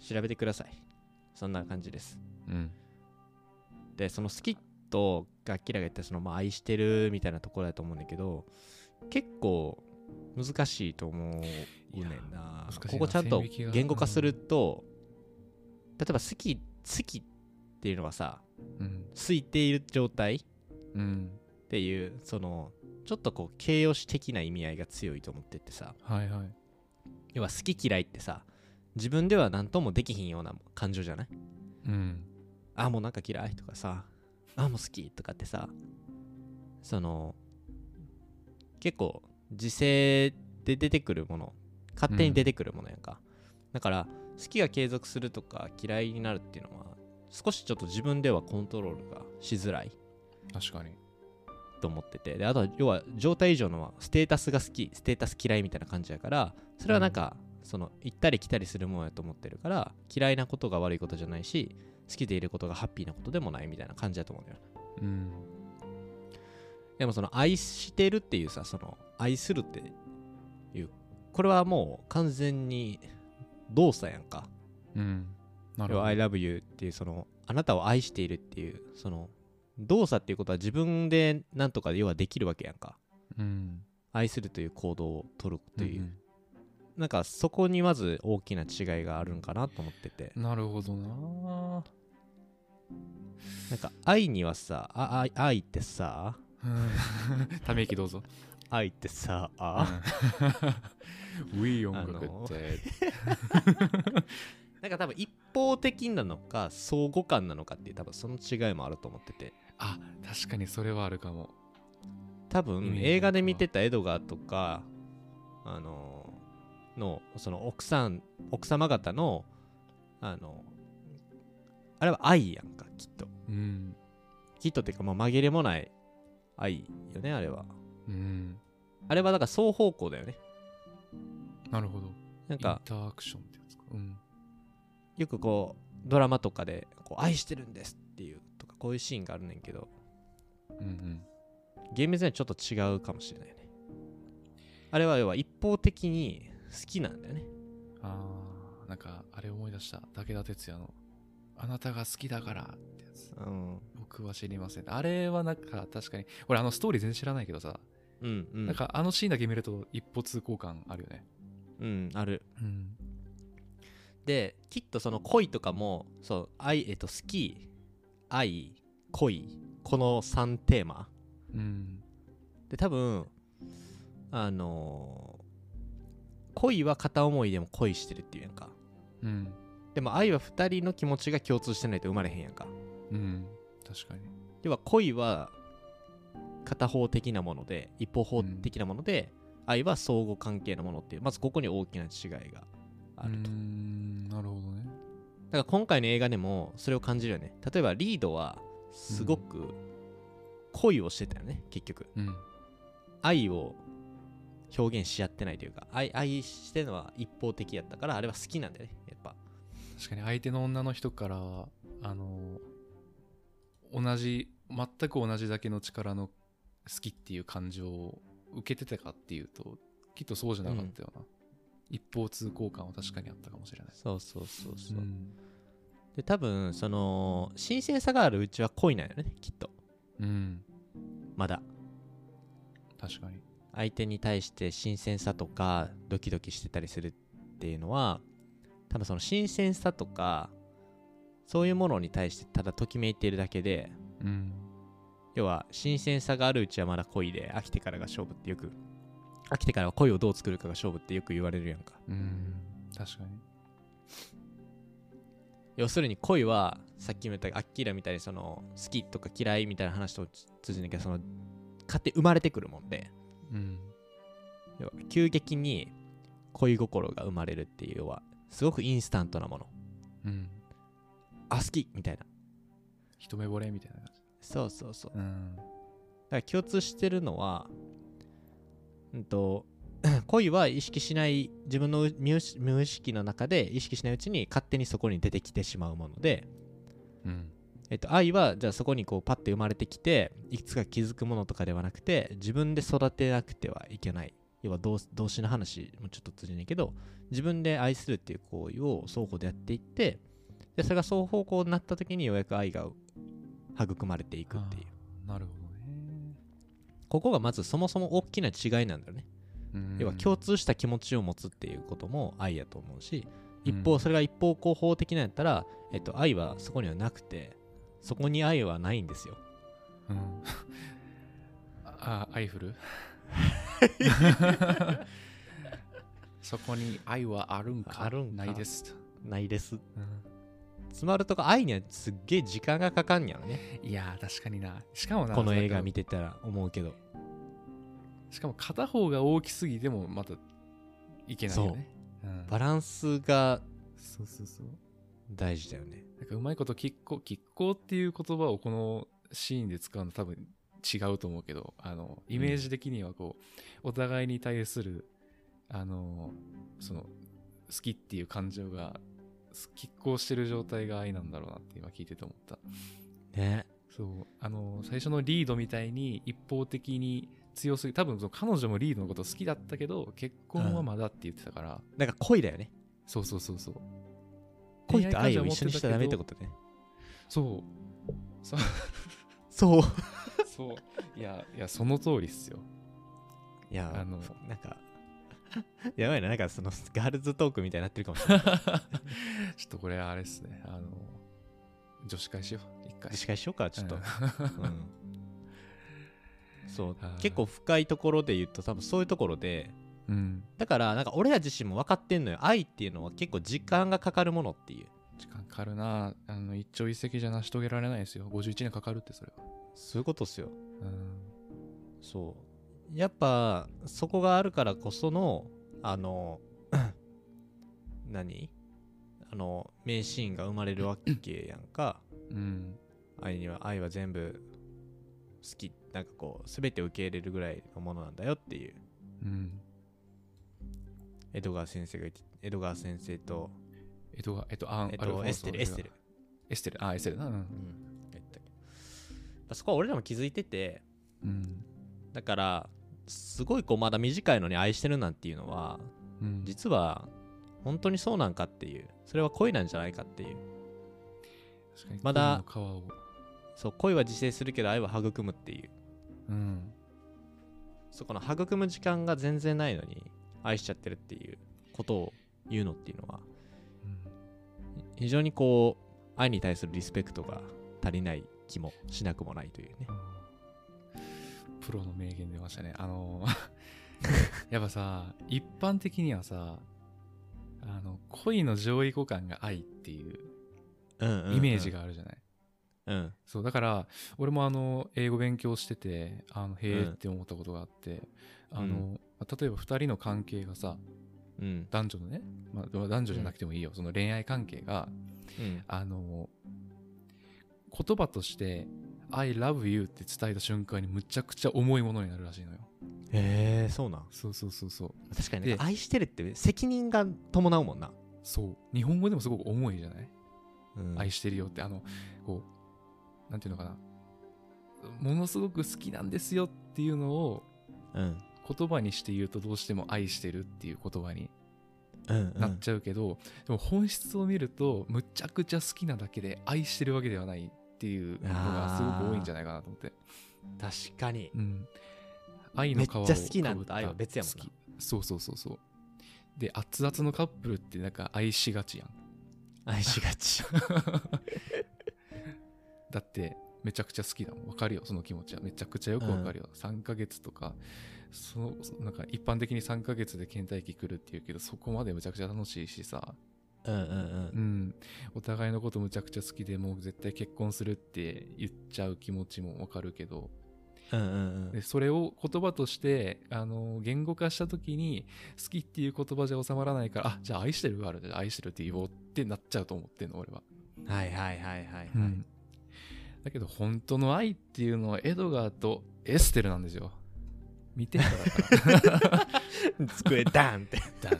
S1: 調べてくださいそんな感じです
S2: うん
S1: でその好きとガッキラが言ったその、まあ、愛してるみたいなところだと思うんだけど結構難しいと思うねん
S2: いや
S1: な
S2: 難しいな
S1: ここちゃんと
S2: 線引きが
S1: 言語化すると、例えば好き好きっていうのはさ
S2: うん
S1: 空いている状態っ
S2: うん
S1: ていうそのちょっとこう形容詞的な意味合いが強いと思っててさ
S2: はいはい
S1: 要は好き嫌いってさ自分では何ともできひんような感情じゃない
S2: うん
S1: あもうなんか嫌いとかさあもう好きとかってさその結構時勢で出てくるもの勝手に出てくるものやんか、だから好きが継続するとか嫌いになるっていうのは少しちょっと自分ではコントロールがしづらい
S2: 確かに
S1: と思っててであとは要は状態以上のはステータスが好きステータス嫌いみたいな感じやからそれはなんか、その行ったり来たりするもんやと思ってるから嫌いなことが悪いことじゃないし好きでいることがハッピーなことでもないみたいな感じだと思うんだよ
S2: うん
S1: でもその愛してるっていうさその愛するっていうこれはもう完全に動作やんか
S2: うんなる
S1: 要
S2: ほ
S1: は
S2: ど
S1: I love you っていうそのあなたを愛しているっていうその動作っていうことは自分でなんとか要はできるわけやんか
S2: うん
S1: 愛するという行動を取るという、
S2: ん
S1: なんかそこにまず大きな違いがあるんかなと思ってて
S2: うんなるほどな
S1: なんか愛にはさあ愛愛ってさ
S2: うんため息どうぞ
S1: 愛ってさ
S2: うんウィー
S1: あ
S2: 音
S1: の
S2: 楽って
S1: なんか多分一方的なのか相互感なのかっていう多分その違いもあると思ってて
S2: あ確かにそれはあるかも
S1: 多
S2: う
S1: 分
S2: ん
S1: 映画で見てたエドガーとかあののその奥さん奥様方のあのあれは愛やんかきっと
S2: うん
S1: きっとっていうかもう紛れもない愛よねあれは
S2: うん
S1: あれはだから双方向だよね
S2: なるほどイ
S1: なん
S2: ン
S1: か
S2: ターアクションってやつかうん
S1: よくこうドラマとかでこう愛してるんですっていうとかこういうシーンがあるねんけど
S2: うん
S1: 厳密にはちょっと違うかもしれないねあれは要は一方的に好きなんだよね
S2: うんあーなんかあれ思い出した武田鉄矢の「あなたが好きだから」ってやつ
S1: うん
S2: 僕は知りませんあれはなんか確かに俺あのストーリー全然知らないけどさ、
S1: うんうん
S2: なんかあのシーンだけ見ると一歩通行感あるよね
S1: うんある
S2: うん
S1: できっとその恋とかもそう愛えっと好き愛恋この3テーマ
S2: うん
S1: で多分あのー恋は片思いでも恋してるっていうやんか
S2: うん
S1: でも愛は2人の気持ちが共通してないと生まれへんやんか
S2: うん確かに
S1: 要は恋は片方的なもので一方法的なもので、愛は相互関係なものっていうまずここに大きな違いがあると、
S2: うーんなるほどね
S1: だから今回の映画でもそれを感じるよね例えばリードはすごく恋をしてたよね結局
S2: うん
S1: 愛を表現し合ってないというか愛愛してるのは一方的やったからあれは好きなんだよねやっぱ
S2: 確かに相手の女の人からあの同じ全く同じだけの力の好きっていう感情を受けてたかっていうときっとそうじゃなかったよな、一方通行感は確かにあったかもしれない
S1: そうそうそうそ
S2: うん
S1: で多分その神聖さがあるうちは恋なんよねきっと
S2: うん
S1: まだ
S2: 確かに
S1: 相手に対して新鮮さとかドキドキしてたりするっていうのは多分その新鮮さとかそういうものに対してただときめいているだけで
S2: うん
S1: 要は新鮮さがあるうちはまだ恋で飽きてからが勝負ってよく飽きてからは恋をどう作るかが勝負ってよく言われるやんか
S2: うん確かに
S1: 要するに恋はさっきも言ったアッキーラみたいにその好きとか嫌いみたいな話と通じるんだけどその勝手に生まれてくるもんで
S2: うん
S1: 要は急激に恋心が生まれるっていう要はすごくインスタントなもの
S2: うん
S1: あ好きみたいな
S2: 一目惚れみたいな感じ
S1: そうそうそう
S2: うん
S1: だから共通してるのは、うんと、 <laughs> 恋は意識しない自分の無意識無意識の中で意識しないうちに勝手にそこに出てきてしまうもので、
S2: うん
S1: えっと、愛はじゃあそこにこうパッて生まれてきていくつか気づくものとかではなくて自分で育てなくてはいけない要は動動詞の話もちょっと通じないけど自分で愛するっていう行為を双方でやっていってでそれが双方向になった時にようやく愛が育まれていくっていう
S2: あーなるほどね
S1: ここがまずそもそも大きな違いなんだよね
S2: うん
S1: 要は共通した気持ちを持つっていうことも愛やと思うし
S2: うん
S1: 一方それが一方向法的なんやったら、えっと、愛はそこにはなくてそこに愛はないんですよ
S2: うんあ、アイ <laughs> フルそこに愛はあるんか
S1: あるんか
S2: ないです。
S1: ないです
S2: うん
S1: つまるとか愛にはすっげえ時間がかかんやろね
S2: いやー、確かにな。しかもな、
S1: この映画
S2: 見
S1: 見てたら思うけど
S2: しかも片方が大きすぎてもまたいけないよね。うん
S1: バランスが
S2: そうそうそう。
S1: 大事だよね
S2: なんかうまいこと、きっこ、きっこっていう言葉をこのシーンで使うの多分違うと思うけど、あの、イメージ的にはこう、お互いに対する、あの、その、好きっていう感情が、す拮抗してる状態が愛なんだろうなって今聞いてて思った。
S1: ね
S2: そう、あの、最初のリードみたいに一方的に強すぎ、多分その彼女もリードのこと好きだったけど、結婚はまだって言ってたから、
S1: なんか恋だよね
S2: そうそうそうそう。
S1: 恋と愛を一緒にしちゃダメってこととね
S2: そう。そう
S1: そう
S2: <laughs> そういやいやその通りっ
S1: <laughs>
S2: すよ
S1: いや
S2: あの
S1: なんか <laughs> やばいななんかそのガールズトークみたいになってるかもしれない
S2: ちょっとこれあれっすねあの女子会しよう一回
S1: 司会しようかちょっと
S2: うん
S1: うんそう
S2: あー
S1: 結構深いところで言うと多分そういうところで
S2: うん
S1: だからなんか俺ら自身も分かってんのよ愛っていうのは結構時間がかかるものっていう
S2: 時間かかるなあの一朝一夕じゃ成し遂げられないですよ51年かかるってそれは
S1: そういうことっすよ
S2: うん
S1: そうやっぱそこがあるからこそのあの何あの名シーンが生まれるわけやんか
S2: うん
S1: 愛には愛は全部好きなんかこう全て受け入れるぐらいのものなんだよっていう
S2: うん
S1: 江戸川先生が言って江戸川先生と、
S2: えっとえっとあ
S1: えっと、エステルエステル、
S2: エステルあエステルなうん
S1: うん、言ったっけまあそこは俺らも気づいてて
S2: うん
S1: だからすごいこうまだ短いのに愛してるなんていうのは
S2: うん
S1: 実は本当にそうなんかっていうそれは恋なんじゃないかっていう
S2: 確かに
S1: まだ
S2: 恋の皮を
S1: そう恋は自制するけど愛は育むっていう
S2: うん
S1: そこの育む時間が全然ないのに愛しちゃってるっていうことを言うのっていうのは
S2: うん
S1: 非常にこう愛に対するリスペクトが足りない気もしなくもないというね。
S2: プロの名言出ましたね。あの、 <laughs> やっぱさ、一般的にはさ、あの、恋の上位互換が愛っていうイ
S1: イ
S2: メージ。があるじゃない。
S1: うん。
S2: そう、だから、俺もあの、英語勉強してて、あの、へえって思ったことがあって、
S1: ん
S2: あの、例えば二人の関係がさ、
S1: うん。
S2: 男女のね、まあ、男女じゃなくてもいいよ、その恋愛関係が、
S1: うん。
S2: あの、言葉として、I love you って伝えた瞬間にむちゃくちゃ重いものになるらしいのよ。
S1: へえ、そうなん。
S2: そうそうそうそう。
S1: 確かに、
S2: で
S1: ね、愛してるって責任が伴うもんな。
S2: そう。日本語でもすごく重いじゃない、
S1: うん
S2: 愛してるよって、あの、こう、なんていうのかな。ものすごく好きなんですよっていうのを
S1: うん。
S2: 言葉にして言うとどうしても愛してるっていう言葉に
S1: うん。う
S2: なっ
S1: ん。
S2: ちゃうけど、でも本質を見るとむちゃくちゃ好きなだけで愛してるわけではないっていうのがすごく多いんじゃないかなと思って。
S1: 確かに。
S2: うん、愛の皮を
S1: めっちゃ好きな
S2: かぶ
S1: んだ
S2: った
S1: 愛は別やもんな
S2: 好きそうそうそうそうで熱々のカップルってなんか愛しがちやん
S1: 愛しがち。
S2: だってめちゃくちゃ好きだもんわかるよその気持ちはめちゃくちゃよくわかるよ、3ヶ月とかそのそなんか一般的に3ヶ月で倦怠期来るっていうけどそこまでむちゃくちゃ楽しいしさ
S1: うんうんうん
S2: う。んお互いのことむちゃくちゃ好きでもう絶対結婚するって言っちゃう気持ちもわかるけど、
S1: うんうんう
S2: で
S1: ん。
S2: それを言葉として、あの言語化した時に好きっていう言葉じゃ収まらないからあじゃあ愛してるがあるじゃあ愛してるって言おうってなっちゃうと思ってんの俺は、
S1: はいはいはいはいはい。
S2: だけど本当の愛っていうのはエドガーとエステルなんですよ見てからだから
S1: 机ダーンって。
S2: だ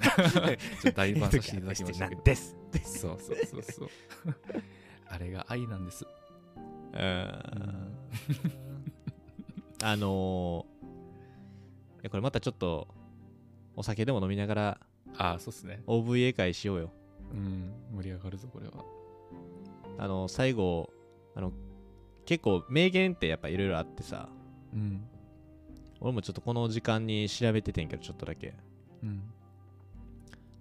S2: ねちょっと大ファンさせていただきましたけ
S1: な
S2: ど
S1: んです。
S2: <laughs> そうそうそうそう <laughs> あれが愛なんです、
S1: う。
S2: うんん
S1: あのーいやこれまたちょっと、お酒でも飲みながら
S2: ああそうっすね
S1: OVA 会しようよ。
S2: うん盛り上がるぞこれは
S1: あの、最後、あの、結構名言ってやっぱいろいろあってさ、
S2: うん
S1: 俺もちょっとこの時間に調べててんけど、ちょっとだけ。
S2: うん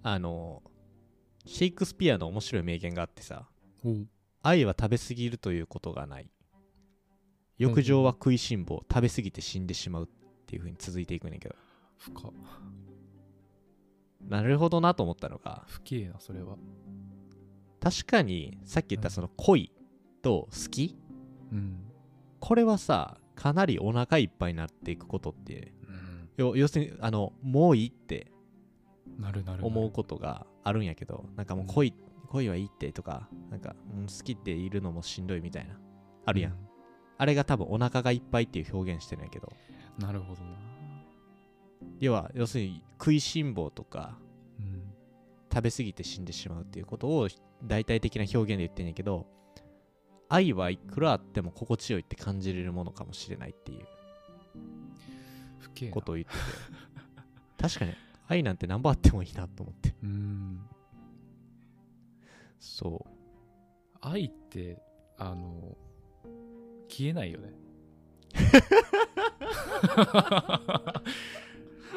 S1: あの、シェイクスピアの面白い名言があってさ、
S2: ほう
S1: 愛は食べ過ぎるということがない。欲情は食いしん坊、食べ過ぎて死んでしまうっていう風に続いていくねんけど。
S2: 深
S1: なるほどなと思ったのが、
S2: 不敬なそれは
S1: 確かにさっき言ったその恋と好き、
S2: うん
S1: これはさ、かなりお腹いっぱいになっていくことって、
S2: うん
S1: 要要するに、あの、もういいって
S2: なるなるなる
S1: 思うことがあるんやけど、なんかもう恋、恋はいいってとか、なんか、うん、好きっているのもしんどいみたいな、あるやん。あれが多分お腹がいっぱいっていう表現してないけど、
S2: うんなるほどな
S1: 要は、要するに食いしん坊とか、
S2: うん
S1: 食べ過ぎて死んでしまうっていうことを大体的な表現で言ってんやけど、愛はいくらあっても心地よいって感じれるものかもしれないっていう
S2: 不敬な
S1: ことを
S2: <laughs>
S1: 言ってて、確かに愛なんて何本あってもいいなと思って。
S2: うん
S1: そ
S2: 愛ってあの消えないよね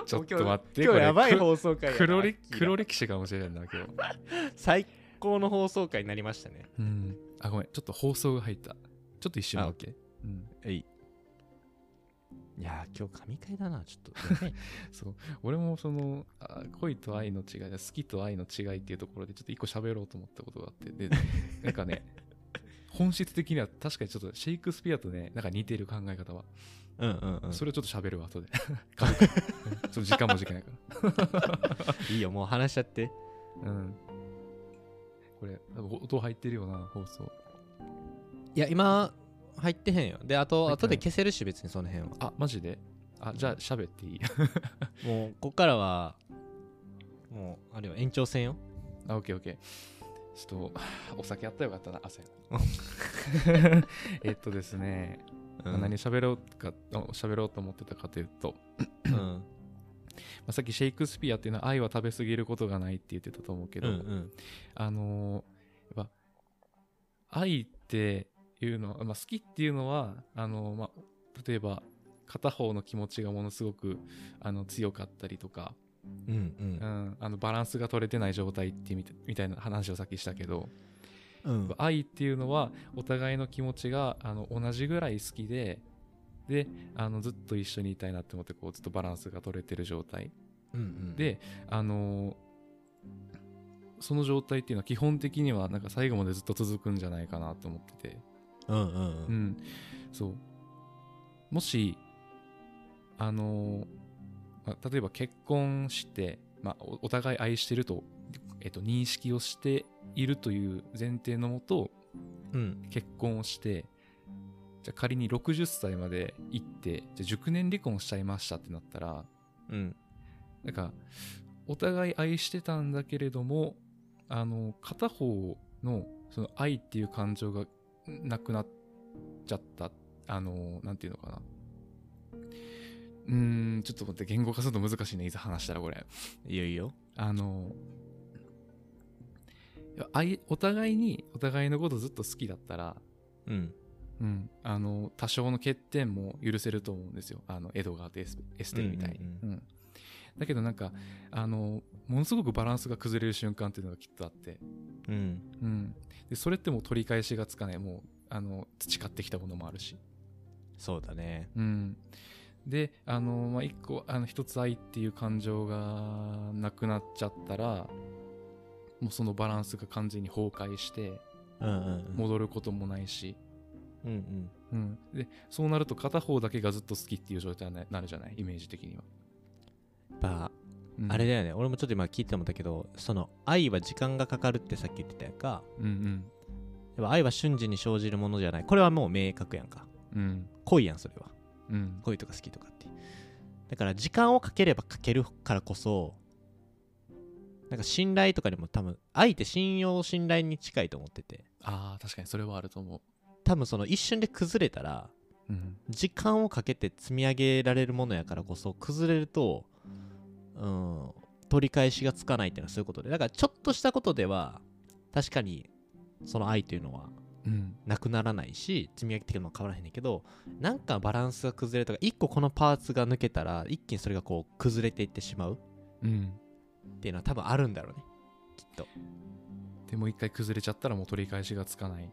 S2: ちょっと待って
S1: う。
S2: これ
S1: 放送回
S2: 黒歴黒歴史かもしれないな今日
S1: 最高の放送回になりましたね。
S2: うんあごめんちょっと放送が入ったちょっと一瞬待ってうん
S1: い。いやー、今日神回だな、ち
S2: <laughs>
S1: ょっと。やばい
S2: そう俺もそのあ恋と愛の違い好きと愛の違いっていうところでちょっと一個喋ろうと思ったことがあってでなんかね本質的には確かにちょっとシェイクスピアとねなんか似てる考え方は、
S1: うんうんうん。
S2: それをちょっと喋るわ <laughs> 後で軽くうんちょっと時間も時間やか
S1: いいよ、もう話しちゃって。
S2: らうんこれ多分音入ってるよな放送
S1: いや、今、入ってへんよ。で、あと、
S2: 入ってない
S1: 後で消せるし、別にその辺は。
S2: あマジであじゃあ喋っていい <laughs>
S1: もう、こっからは、もう、あれよ、延長戦よ。
S2: あオッケーオッケーちょっとお酒あったらよかったな汗 <laughs> えっとですね
S1: うん
S2: 何喋ろうかあ喋ろうと思ってたかというと、
S1: うん。
S2: まあ、さっきシェイクスピアっていうのは愛は食べ過ぎることがないって言ってたと思うけ
S1: う
S2: ど、
S1: んうん。
S2: あのーやっぱ愛っていうのは、まあ、好きっていうのはあのーまあ、例えば片方の気持ちがものすごくあの強かったりとか、
S1: うんう。
S2: うんん、あのバランスが取れてない状態ってみたみたいな話をさっきしたけど
S1: うん
S2: 愛っていうのはお互いの気持ちがあの同じぐらい好きでであのずっと一緒にいたいなって思ってこうずっとバランスが取れてる状態
S3: うんうん
S2: であのその状態っていうのは基本的にはなんか最後までずっと続くんじゃないかなと思ってて
S1: うんう
S2: うんん、そうもしあのまあ例えば結婚して、まあ、おお互い愛してると、えっと、認識をしているという前提のもと
S3: うん
S2: 結婚をしてじゃあ仮に60歳まで行ってじゃあ熟年離婚しちゃいましたってなったら
S3: うん
S2: なんかお互い愛してたんだけれどもあの片方のその愛っていう感情がなくなっちゃったあのなんていうのかなうーんちょっと待って言語化すると難しいねいざ話したらこれ
S1: いいよいいよ
S2: あのいや愛お互いにお互いのことずっと好きだったら
S3: うん
S2: うん、あの多少の欠点も許せると思うんですよあのエドガーとエスエステルみたいに、
S3: うん
S2: う
S3: うん
S2: だけどなんかあのものすごくバランスが崩れる瞬間っていうのがきっとあって、
S3: うん
S2: うん、でそれってもう取り返しがつかないもうあの培ってきたものもあるし、
S1: そうだね
S2: うん、であの、まあ、一個あの一つ愛っていう感情がなくなっちゃったらもうそのバランスが完全に崩壊して
S1: うんうん
S2: 戻ることもないし、
S3: うんうん
S2: うん、でそうなると片方だけがずっと好きっていう状態になるじゃないイメージ的には、
S1: やっぱ
S2: うん
S1: あれだよね俺もちょっと今聞いてもだけどその愛は時間がかかるってさっき言ってたやんか
S2: うん
S1: やっぱ愛は瞬時に生じるものじゃないこれはもう明確やんか
S2: うんうん
S1: 恋やんそれは
S2: うん
S1: 恋とか好きとかってだから時間をかければかけるからこそなんか信頼とかにも多分愛って信用信頼に近いと思ってて
S2: ああ確かにそれはあると思
S1: 多分その一瞬で崩れたら
S2: ううん
S1: 時間をかけて積み上げられるものやからこそ崩れるとうん取り返しがつかないっていうのはそういうことでだからちょっとしたことでは確かにその愛というのは
S2: うん
S1: なくならないし積み上げていくのも変わらへんねんけどなんかバランスが崩れるとか一個このパーツが抜けたら一気にそれがこう崩れていってしまう
S2: うん
S1: っていうのは多分あるんだろうねきっと
S2: でもう一回崩れちゃったらもう取り返しがつかない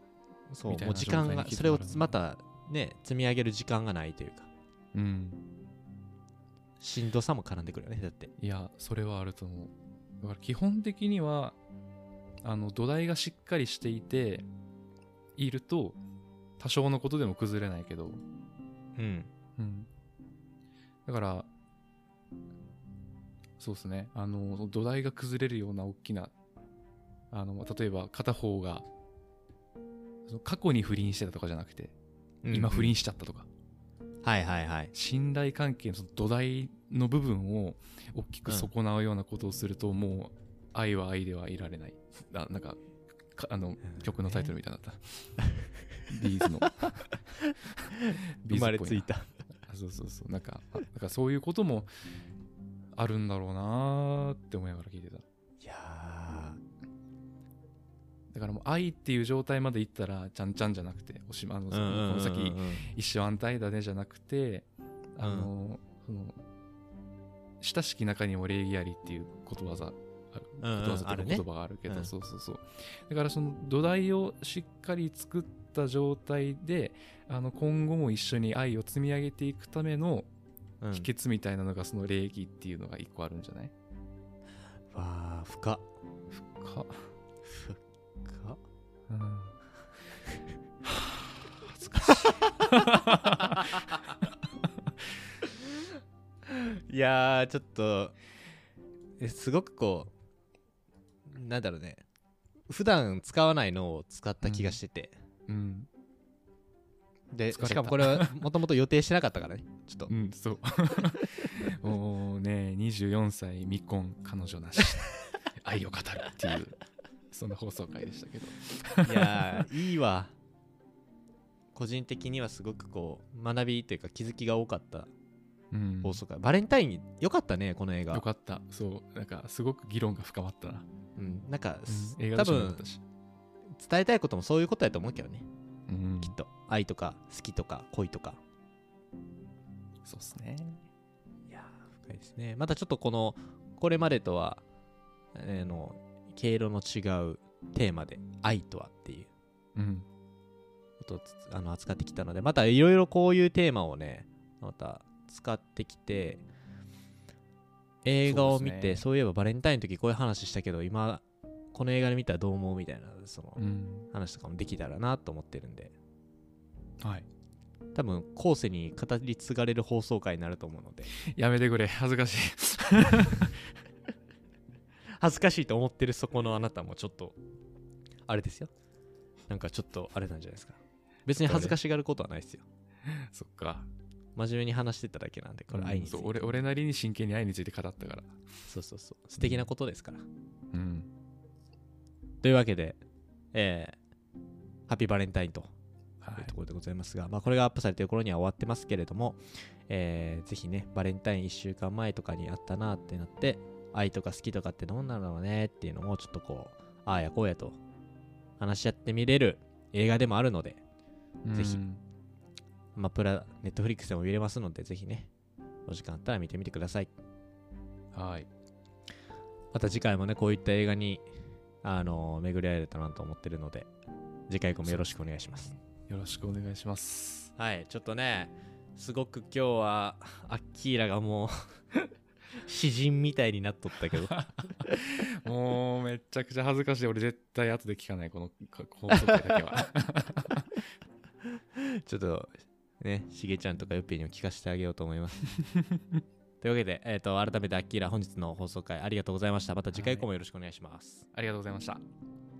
S1: そう
S2: みたい
S1: も
S2: な
S1: う時間
S2: 状態
S1: が
S2: にきっと
S1: それを
S2: なるんだ
S1: またね積み上げる時間がないというか
S2: うん
S1: しんどさも絡んでくるよねだって
S2: いやそれはあると思うだから基本的にはあの土台がしっかりしていていると多少のことでも崩れないけど
S1: うん
S2: うん、だからそうですねあの土台が崩れるような大きなあの例えば片方がその過去に不倫してたとかじゃなくて、今不倫しちゃったとか
S1: はいはいはい
S2: 信頼関係のその土台の部分を大きく損なうようなことをすると、もう愛は愛ではいられないあなんかかあの曲のタイトルみたいになったビー <laughs> ズのビーズっぽいな
S1: た
S2: あそうそうそうなんかあなんかそういうこともあるんだろうなーって思いながら聞いてた
S1: いや
S2: だからもう愛っていう状態までいったらちゃんちゃんじゃなくておしまあの、
S1: ーうんうんうんうん
S2: この先一生安泰だねじゃなくてあの、その親しき中にも礼儀ありっていうことわざある
S1: うんうん
S2: ことわざ
S1: あ
S2: とい
S1: る
S2: う
S1: ね
S2: か言葉があるけど、
S1: うん
S2: そうそうそうだからその土台をしっかり作った状態であの今後も一緒に愛を積み上げていくための
S1: うん
S2: 秘訣みたいなのがその礼儀っていうのが一個あるんじゃない
S1: わあ深っ
S2: か、
S1: 深っ
S2: うん、はぁ恥ずかし
S1: いやーちょっとえすごくこうなんだろうね普段使わないのを使った気がしてて、
S2: い、うん、疲れ
S1: で
S2: た
S1: しかもこれはもともと予定してなかったからねちょっと
S2: うん、そう。 <laughs> もうね、24歳未婚彼女
S1: <laughs>
S2: なし、愛を語るっていう、そんな放送回でしたけど。
S1: いやーいいわ個人的にはすごくこう学びというか気づきが多かった
S2: うん、
S1: 放送会、バレンタインに良かったねこの映画
S2: よかった。そう、なんかすごく議論が深まったな。
S1: うん、なんか、す
S2: 映画で
S1: 多
S2: しかっ
S1: 分
S2: たし。
S1: 伝えたいこともそういうことやと思うけどね
S2: うん
S1: きっと愛とか好きとか恋とか
S2: そうっすね。
S1: いやー深いですねまたちょっとこのこれまでとはあの毛色の違うテーマで「愛とは」っていう
S2: うん
S1: ことをつあの扱ってきたのでまたいろいろこういうテーマをねまた使ってきて映画を見
S2: そう
S1: てそう,、
S2: ですね
S1: いえばバレンタインの時こういう話したけど今この映画で見たらどう思うみたいなその
S2: うん
S1: 話とかもできたらなと思ってるんで
S2: はい
S1: 多分後世に語り継がれる放送回になると思うので
S2: やめてくれ恥ずか
S1: <laughs>
S2: しい
S1: 恥ずかしいと思ってるそこのあなたもちょっとあれですよなんかちょっとあれなんじゃないですか別に恥ずかしがることはないですよ
S2: そっか
S1: 真面目に話してただけなんでこれ愛について、
S2: そう俺俺なりに真剣に愛について語ったから
S1: そうそうそう素敵なことですから
S2: うん
S1: というわけで、えーハッピーバレンタインと
S2: は
S1: とい
S2: いう
S1: ところでございますが、まあ、これがアップされてる頃には終わってますけれども、えーぜひねバレンタイン1週間前とかにあったなってなって愛とか好きとかってどんなのねっていうのをちょっとこうああやこうやと話し合ってみれる映画でもあるので、ぜひ
S2: うん
S1: まあ、プラネットフリックスでも見れますのでぜひねお時間あったら見てみてください
S2: はい
S1: また次回もねこういった映画にあのー巡り合えれたなと思ってるので次回以降もよろしくお願いします
S2: よろしくお願いします
S1: はい、ちょっとね、すごく今日は、アッキーラがもう、詩人みたいになっとったけど。
S2: もうめっちゃくちゃ恥ずかしい俺絶対後で聞かないこの <laughs> か放送回だけは
S1: <laughs> ちょっと、ね、しげちゃんとかよっぴーにも聞かせてあげようと思います。 <laughs> というわけで、えっ、と、改めてアッキーラ、本日の放送回ありがとうございました。また次回以降もよろしくお願いします。
S2: ありがとうございましたは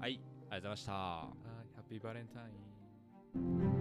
S1: はい、ありがとうございました。
S2: いハッピーバレンタイン